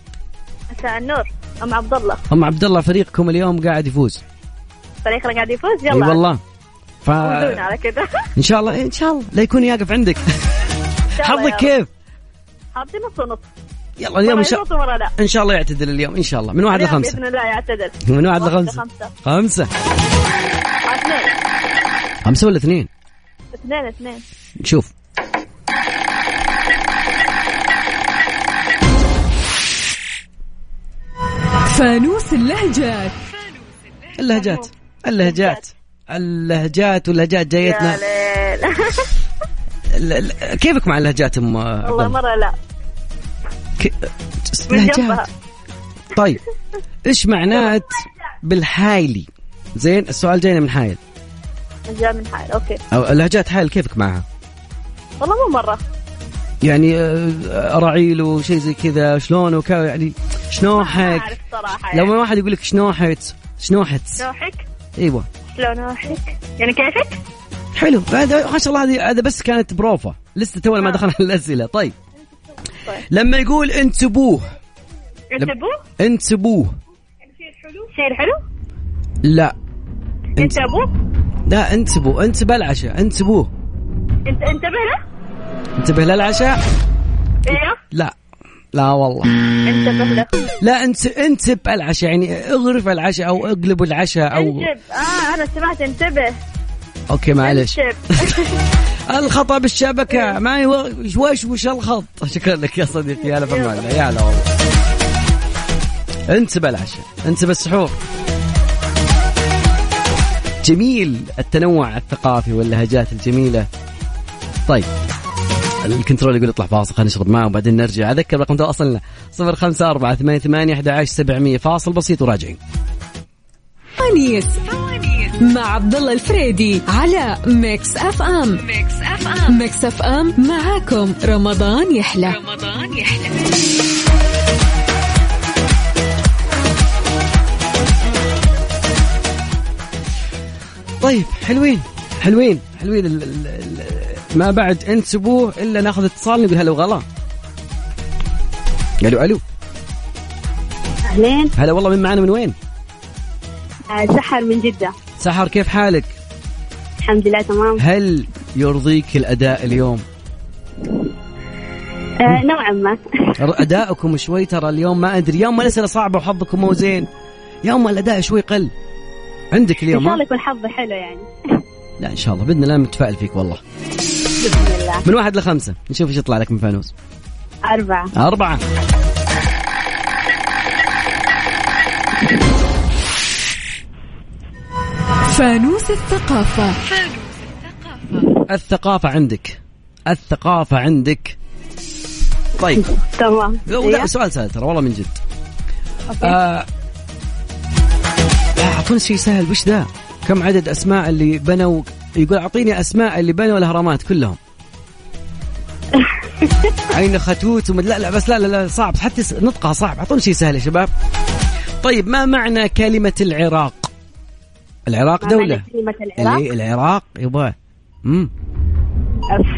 Speaker 10: مساء النور ام عبد الله
Speaker 3: ام عبد الله فريقكم اليوم قاعد يفوز
Speaker 10: فريقنا قاعد يفوز يلا
Speaker 3: اي والله ف
Speaker 10: فوزونا على
Speaker 3: [LAUGHS]
Speaker 10: كده
Speaker 3: ان شاء الله ان شاء الله لا يكون يقف عندك
Speaker 10: الله يا
Speaker 3: حظك
Speaker 10: رب.
Speaker 3: كيف
Speaker 10: حاطين نص ونص
Speaker 3: يلا اليوم ان شاء
Speaker 10: الله مرة لا
Speaker 3: ان شاء الله يعتدل اليوم ان شاء الله من واحد
Speaker 10: اليوم
Speaker 3: لخمسه
Speaker 10: باذن الله يعتدل
Speaker 3: من واحد
Speaker 10: واحد
Speaker 3: لخمسه
Speaker 10: لخمسة.
Speaker 3: خمسه
Speaker 10: اثنين
Speaker 3: خمسه ولا اثنين
Speaker 10: اثنين اثنين
Speaker 3: نشوف
Speaker 4: فانوس اللهجات
Speaker 3: اللهجات اللهجات اللهجات واللهجات
Speaker 10: يا
Speaker 3: جايتنا
Speaker 10: ليل [LAUGHS]
Speaker 3: ال- ال- كيفك مع اللهجات ام عبد
Speaker 10: والله
Speaker 3: الله؟
Speaker 10: مرة لا
Speaker 3: ك-
Speaker 10: من جنبها
Speaker 3: لهجات طيب ايش
Speaker 10: [LAUGHS]
Speaker 3: معنات بالحايلي زين السؤال جاينا من حايل
Speaker 10: جاء من حال اوكي
Speaker 3: او لهجات حايل كيفك معها
Speaker 10: والله مو مرة
Speaker 3: يعني آه، اراعيل وشيء زي كذا شلون وكا- يعني
Speaker 10: ما
Speaker 3: شنوحك
Speaker 10: اعرف صراحة
Speaker 3: لو
Speaker 10: يعني.
Speaker 3: ما واحد يقول لك شنوحت شنوحت
Speaker 10: نوحك
Speaker 3: ايوه
Speaker 10: شلون نوحك يعني كيفك
Speaker 3: حلو هذا ما شاء الله هذه هذا بس كانت بروفا لسه تونا ما دخلنا على الاسئله طيب لما يقول انتبوه
Speaker 10: انتبوه
Speaker 3: انتبوه
Speaker 10: شيء حلو
Speaker 3: لا
Speaker 10: انت ابوه
Speaker 3: لا انتبهوا انتبه العشاء انتبوه
Speaker 10: انت انتبه له
Speaker 3: انتبه للعشاء
Speaker 10: ايوه
Speaker 3: لا لا والله
Speaker 10: انتبه له
Speaker 3: لا انت انتب العشاء يعني اغرف العشاء او اقلب العشاء او
Speaker 10: انتبه اه انا سمعت انتبه
Speaker 3: اوكي معلش
Speaker 10: انتبه
Speaker 3: الخطا بالشبكه ما يوشوش الخط شكرا لك يا صديقي يا هلا فنان يا هلا والله انتبه العشاء انتبه السحور جميل التنوع الثقافي واللهجات الجميله طيب الكنترول يقول اطلع فاصل خلينا نشرب معه وبعدين نرجع اذكر رقم تواصلنا 0548811700 فاصل بسيط وراجعين
Speaker 4: فوانيس مع عبد الله الفريدي على ميكس اف ام ميكس اف ام ميكس اف ام معاكم رمضان يحلى رمضان يحلى
Speaker 3: طيب حلوين حلوين حلوين ال ال ال ما بعد انسبوه الا ناخذ اتصال نقول هلا وغلا الو الو
Speaker 10: أهلين
Speaker 3: هلا والله من معنا من وين؟
Speaker 10: آه، سحر من جدة
Speaker 3: سحر كيف حالك؟
Speaker 10: الحمد لله تمام
Speaker 3: هل يرضيك الاداء اليوم؟
Speaker 10: آه، نوعا ما
Speaker 3: ر- اداؤكم شوي ترى اليوم ما ادري يوم الاسئله صعبه وحظكم مو زين يوم الاداء شوي قل عندك
Speaker 10: إن
Speaker 3: اليوم
Speaker 10: شاء الله
Speaker 3: ها؟
Speaker 10: يكون حظي حلو يعني
Speaker 3: لا ان شاء الله باذن الله متفائل فيك والله
Speaker 10: بإذن الله
Speaker 3: من واحد لخمسه نشوف ايش يطلع لك من فانوس
Speaker 10: أربعة
Speaker 3: أربعة
Speaker 4: فانوس الثقافة
Speaker 3: الثقافة عندك الثقافة عندك طيب
Speaker 10: تمام
Speaker 3: لو لا سؤال سهل ترى والله من جد آه، لا، اعطوني شيء سهل وش ذا؟ كم عدد اسماء اللي بنوا يقول اعطيني اسماء اللي بنوا الاهرامات
Speaker 10: [LAUGHS]
Speaker 3: كلهم عين ختوت ومد... لا لا بس لا لا, لا صعب حتى س- نطقها صعب اعطوني شيء سهل يا شباب طيب ما معنى كلمة العراق؟ العراق
Speaker 10: ما معنى
Speaker 3: دولة
Speaker 10: كلمة العراق؟
Speaker 3: إيه، العراق يبا امم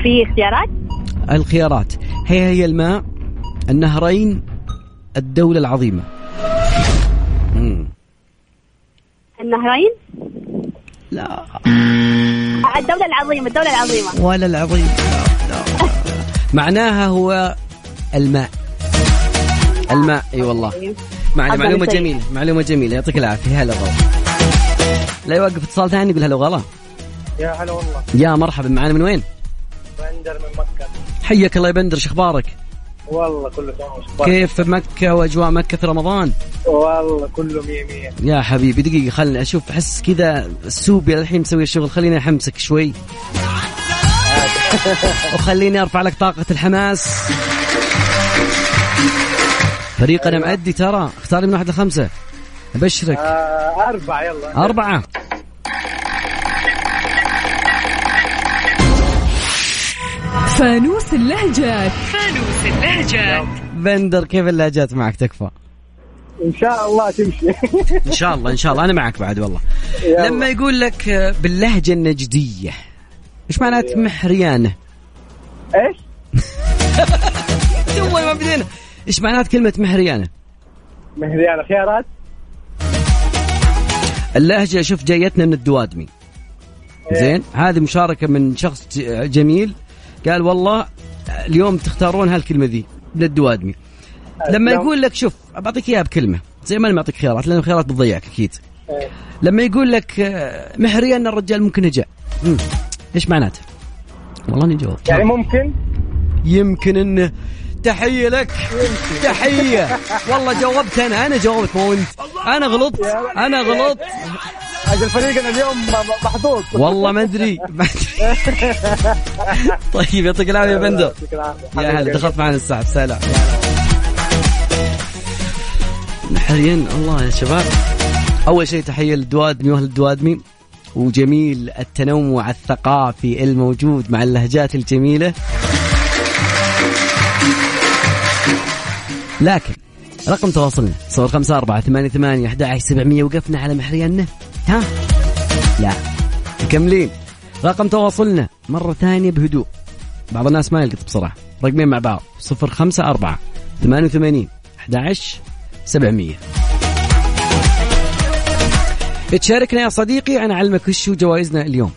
Speaker 10: في اختيارات
Speaker 3: الخيارات هي هي الماء النهرين الدولة العظيمة مم.
Speaker 10: النهرين
Speaker 3: لا
Speaker 10: آه، الدولة العظيمة الدولة العظيمة
Speaker 3: ولا العظيم لا، لا. معناها هو الماء الماء اي والله مع
Speaker 10: أفضل
Speaker 3: معلومة
Speaker 10: شيء.
Speaker 3: جميلة معلومة جميلة يعطيك العافية هلا غلا لا يوقف اتصال ثاني يقول هلا غلا
Speaker 18: يا هلا والله
Speaker 3: يا مرحبا معنا من وين؟
Speaker 18: بندر من مكة
Speaker 3: حياك الله يا بندر شخبارك؟
Speaker 18: والله كله تمام أخبارك؟
Speaker 3: كيف مكة واجواء مكة في رمضان؟
Speaker 18: والله كله مية مية
Speaker 3: يا حبيبي دقيقة خلني أشوف أحس كذا السوبي الحين مسوي الشغل خليني أحمسك شوي [LAUGHS] وخليني أرفع لك طاقة الحماس فريقنا مأدي ترى اختار من واحد لخمسة أبشرك
Speaker 18: آه أربعة يلا
Speaker 3: أربعة
Speaker 4: فانوس اللهجات
Speaker 14: فانوس اللهجات
Speaker 3: بندر كيف اللهجات معك
Speaker 18: [LAUGHS]
Speaker 3: تكفى
Speaker 18: إن شاء الله
Speaker 17: [LAUGHS]
Speaker 18: تمشي
Speaker 3: إن شاء الله إن شاء الله أنا معك بعد والله لما يقول لك آه، باللهجة النجدية إيش معنات محريانة
Speaker 18: إيش؟
Speaker 3: أول ما بدينا إيش معنات كلمة محريانة
Speaker 18: مهريان خيارات
Speaker 3: اللهجة شوف جايتنا من الدوادمي
Speaker 18: إيه.
Speaker 3: زين هذه مشاركة من شخص ج- جميل قال والله اليوم تختارون هالكلمة ذي من الدوادمي لما
Speaker 18: أسلم.
Speaker 3: يقول لك شوف بعطيك اياها بكلمة زي ما انا معطيك خيارات لان الخيارات بتضيعك اكيد
Speaker 18: إيه.
Speaker 3: لما يقول لك آه، محري ان الرجال ممكن اجا مم. ايش معناته؟ والله اني جاوبت
Speaker 18: يعني ممكن
Speaker 3: يمكن انه تحية لك تحية والله جاوبت انا انا جاوبت مو انت انا غلطت انا غلطت
Speaker 18: أجل فريقنا اليوم م- محظوظ
Speaker 3: والله ما ادري ما ادري [LAUGHS] طيب يعطيك العافيه يا بندر
Speaker 18: يعطيك العافية.
Speaker 3: يا هلا
Speaker 18: حبيبي.
Speaker 3: دخلت معنا السحب سلام حاليا الله يا شباب اول شيء تحيه للدوادمي واهل الدوادمي وجميل التنوع الثقافي الموجود مع اللهجات الجميله لكن رقم تواصلنا صفر خمسة أربعة ثمانية ثمانية أحد سبعمية وقفنا على محرياننا ها لا مكملين رقم تواصلنا مرة ثانية بهدوء بعض الناس ما يلقط بسرعة رقمين مع بعض صفر خمسة أربعة ثمانية وثمانين أحد سبعمية تشاركنا يا صديقي أنا أعلمك وش هو جوائزنا اليوم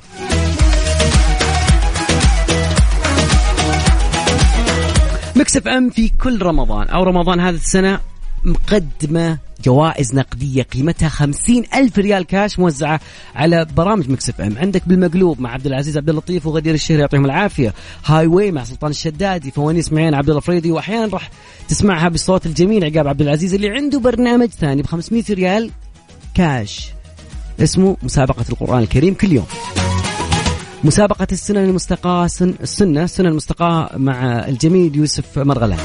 Speaker 3: مكسف ام في كل رمضان او رمضان هذه السنه مقدمه جوائز نقدية قيمتها خمسين ألف ريال كاش موزعة على برامج مكسف أم عندك بالمقلوب مع عبد العزيز عبد اللطيف وغدير الشهري يعطيهم العافية هاي واي مع سلطان الشدادي فوانيس معين عبد الله فريدي وأحيانا راح تسمعها بالصوت الجميل عقاب عبد العزيز اللي عنده برنامج ثاني ب 500 ريال كاش اسمه مسابقة القرآن الكريم كل يوم مسابقة السنن المستقاة سن السنة السنن المستقاة مع الجميل يوسف مرغلان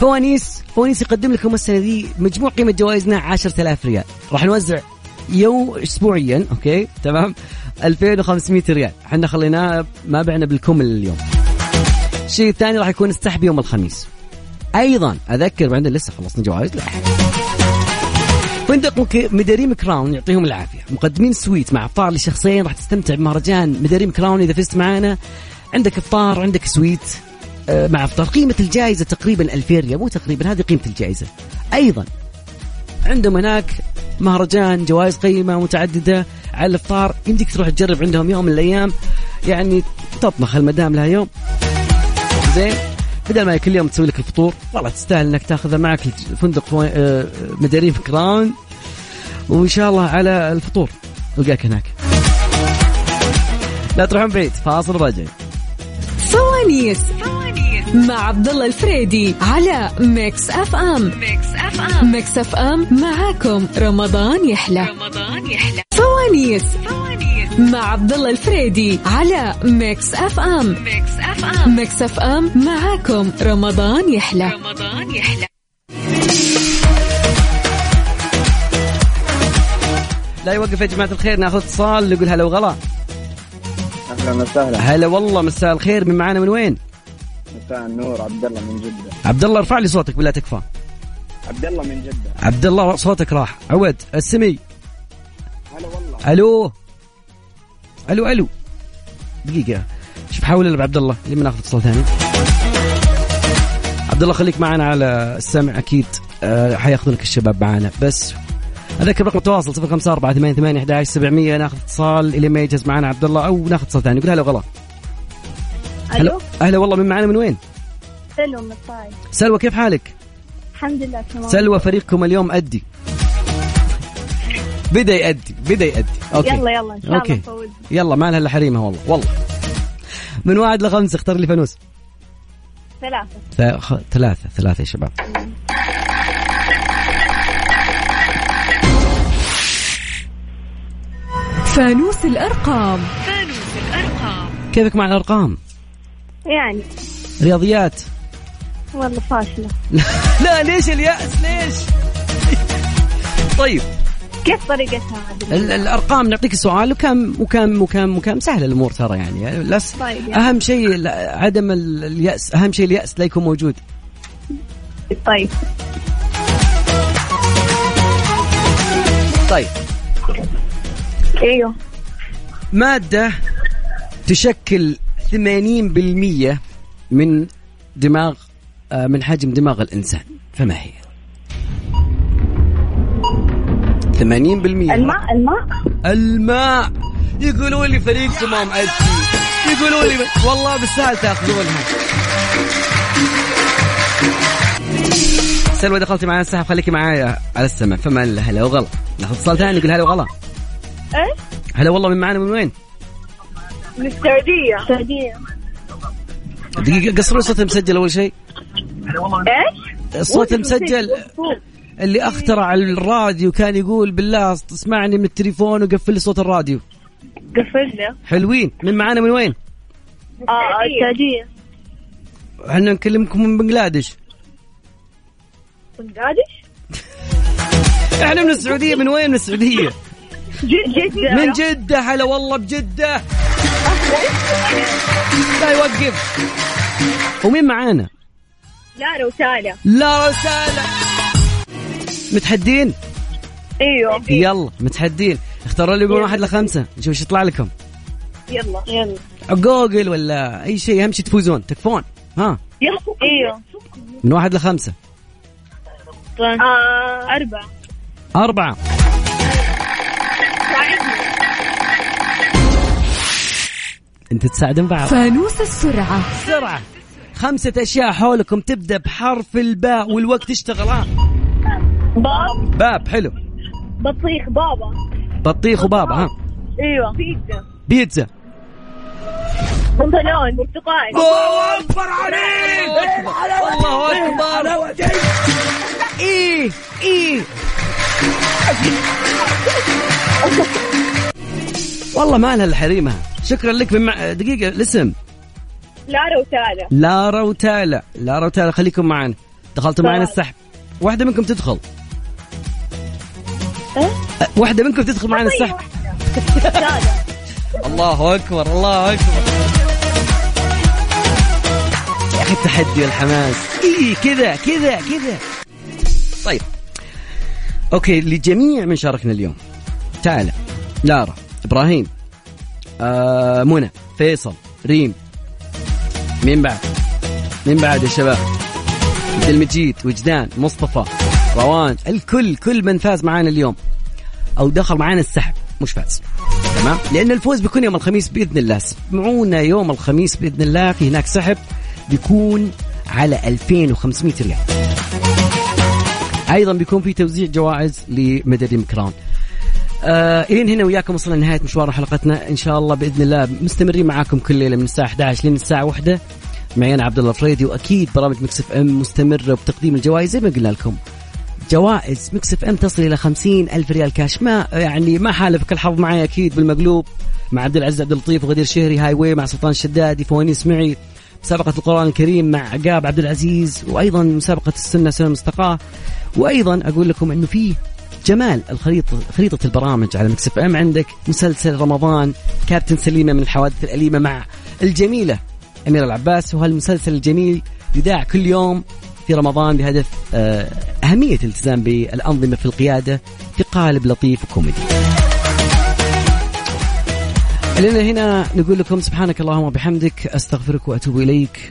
Speaker 3: فوانيس فوانيس يقدم لكم السنة دي مجموع قيمة جوائزنا 10000 ريال راح نوزع يو اسبوعيا اوكي تمام 2500 ريال احنا خليناه ما بعنا بالكمل اليوم الشيء الثاني راح يكون السحب يوم الخميس ايضا اذكر عندنا لسه خلصنا جوائز لا فندق مك- مداريم كراون يعطيهم العافيه مقدمين سويت مع افطار لشخصين راح تستمتع بمهرجان مداريم كراون اذا فزت معانا عندك افطار عندك سويت آه، مع افطار قيمه الجائزه تقريبا 2000 ريال مو تقريبا هذه قيمه الجائزه ايضا عندهم هناك مهرجان جوائز قيمة متعددة على الإفطار يمديك تروح تجرب عندهم يوم من الأيام يعني تطبخ المدام لها يوم زين بدل ما كل يوم تسوي لك الفطور والله تستاهل انك تاخذه معك فندق فو- آه، مداريم كراون وان شاء الله على الفطور القاك هناك لا تروحون بعيد فاصل راجعين
Speaker 4: فوانيس مع عبد الله الفريدي على ميكس اف ام ميكس اف ام ميكس اف ام معاكم رمضان يحلى رمضان يحلى فوانيس مع عبد الله الفريدي على ميكس اف ام ميكس اف ام ميكس اف ام معاكم رمضان يحلى رمضان يحلى
Speaker 3: لا يوقف يا جماعه الخير ناخذ اتصال نقول هلا وغلا
Speaker 17: اهلا وسهلا
Speaker 3: هلا والله مساء الخير من معانا من وين؟
Speaker 17: مساء النور عبد الله من جده
Speaker 3: عبد الله ارفع لي صوتك بالله تكفى
Speaker 17: عبد الله من جده
Speaker 3: عبد الله صوتك راح عود السمي
Speaker 17: هلا والله
Speaker 3: الو الو الو دقيقة شوف حاول العب عبد الله لما ناخذ اتصال ثاني عبد الله خليك معنا على السمع اكيد أه حياخذونك الشباب معنا بس اذكر رقم التواصل 0548811700 ناخذ اتصال الى ما يجهز معنا عبد الله او ناخذ اتصال ثاني قول هلا وغلا
Speaker 10: الو
Speaker 3: اهلا والله من معنا من وين؟
Speaker 10: سلو من الطايف
Speaker 3: سلوى كيف حالك؟
Speaker 10: الحمد لله تمام
Speaker 3: سلوى فريقكم اليوم ادي بدا يأدي بدا يأدي اوكي
Speaker 10: يلا يلا ان شاء الله
Speaker 3: اوكي
Speaker 10: نفوز
Speaker 3: يلا ما لها الا حريمه والله والله من واحد لخمسه اختار لي فانوس
Speaker 10: ثلاثة
Speaker 3: ثا- خ- ثلاثة ثلاثة يا شباب
Speaker 4: فانوس الارقام
Speaker 14: فانوس الأرقام
Speaker 3: كيفك مع الأرقام
Speaker 10: يعني
Speaker 3: رياضيات [LAUGHS]
Speaker 10: والله فاشلة
Speaker 3: لا ليش اليأس ليش [LAUGHS] طيب
Speaker 10: كيف طريقتها هذه؟
Speaker 3: ال- الأرقام نعطيك سؤال وكم وكم وكم وكم سهل الأمور ترى يعني لس
Speaker 10: طيب يعني.
Speaker 3: أهم شيء ال- عدم ال- اليأس أهم شيء اليأس لا يكون موجود
Speaker 10: طيب
Speaker 3: طيب
Speaker 10: ايوه
Speaker 3: مادة تشكل 80% من دماغ آه، من حجم دماغ الإنسان فما هي؟ 80%
Speaker 10: الماء الماء
Speaker 3: الماء يقولوا لي فريقكم ما مأدي يقولوا لي والله بالسهل تاخذونها سلوى دخلتي معنا السحب خليكي معايا على السمع فما إلا هلا وغلا ناخذ اتصال ثاني يقول هلا وغلا
Speaker 10: ايش؟
Speaker 3: هلا والله من معانا من وين؟
Speaker 10: من السعودية السعودية
Speaker 3: دقيقة قصروا صوت المسجل أول شيء
Speaker 10: ايش؟
Speaker 3: الصوت المسجل اللي اخترع الراديو كان يقول بالله اسمعني من التليفون وقفل لي صوت الراديو
Speaker 10: قفلنا
Speaker 3: حلوين من معانا من وين؟
Speaker 10: اه السعودية
Speaker 3: احنا نكلمكم من بنجلاديش
Speaker 10: بنغادش
Speaker 3: احنا من السعودية من وين من السعودية؟
Speaker 10: جدة
Speaker 3: من جدة هلا والله بجدة لا يوقف ومين معانا؟
Speaker 10: لا روتانا
Speaker 3: لا رسالة متحدين؟
Speaker 10: ايوه
Speaker 3: يلا متحدين اختاروا لي من واحد لخمسة نشوف ايش يطلع لكم
Speaker 10: يلا يلا
Speaker 3: جوجل ولا اي شيء اهم شيء تفوزون تكفون ها
Speaker 10: يلا ايوه
Speaker 3: من واحد لخمسة
Speaker 10: آه. أربعة
Speaker 3: أربعة أنت تساعدون بعض
Speaker 4: فانوس السرعة
Speaker 3: سرعة خمسة أشياء حولكم تبدأ بحرف الباء والوقت اشتغل ها
Speaker 10: باب
Speaker 3: باب حلو
Speaker 10: بطيخ بابا
Speaker 3: بطيخ وبابا ها
Speaker 10: ايوه بيتزا
Speaker 3: بيتزا
Speaker 10: بنطلون برتقال
Speaker 3: الله أكبر عليك
Speaker 10: [LAUGHS]
Speaker 3: الله أكبر إيه إيه والله ما لها إلا حريمها شكرا لك من مع... دقيقة الاسم
Speaker 10: لارا وتالا
Speaker 3: لارا وتالا لارا وتالا خليكم معنا دخلتوا معنا السحب واحدة منكم تدخل أه، واحدة منكم تدخل معنا السحب الله أكبر الله أكبر يا أخي التحدي والحماس إيه كذا كذا كذا طيب أوكي لجميع من شاركنا اليوم تعالى لارا إبراهيم آه منى فيصل ريم مين بعد مين بعد يا شباب عبد المجيد وجدان مصطفى روان الكل كل من فاز معانا اليوم او دخل معانا السحب مش فاز تمام لان الفوز بيكون يوم الخميس باذن الله اسمعونا يوم الخميس باذن الله في هناك سحب بيكون على 2500 ريال ايضا بيكون في توزيع جوائز لمدري مكران آه الين هنا وياكم وصلنا لنهايه مشوار حلقتنا ان شاء الله باذن الله مستمرين معاكم كل ليله من الساعه 11 لين الساعه 1 معي انا عبد الله فريدي واكيد برامج مكس اف ام مستمره بتقديم الجوائز زي ما قلنا لكم جوائز مكس اف ام تصل الى خمسين الف ريال كاش ما يعني ما حالفك الحظ معي اكيد بالمقلوب مع عبد العزيز عبد اللطيف وغدير شهري هاي واي مع سلطان الشدادي فوانيس معي مسابقة القرآن الكريم مع عقاب عبد العزيز وأيضا مسابقة السنة سنة المستقاة وأيضا أقول لكم أنه فيه جمال الخريطة خريطة البرامج على مكسف ام عندك مسلسل رمضان كابتن سليمة من الحوادث الأليمة مع الجميلة أميرة العباس وهالمسلسل الجميل يذاع كل يوم في رمضان بهدف آه، أهمية الالتزام بالأنظمة في القيادة في قالب لطيف وكوميدي لنا هنا نقول لكم سبحانك اللهم وبحمدك أستغفرك وأتوب إليك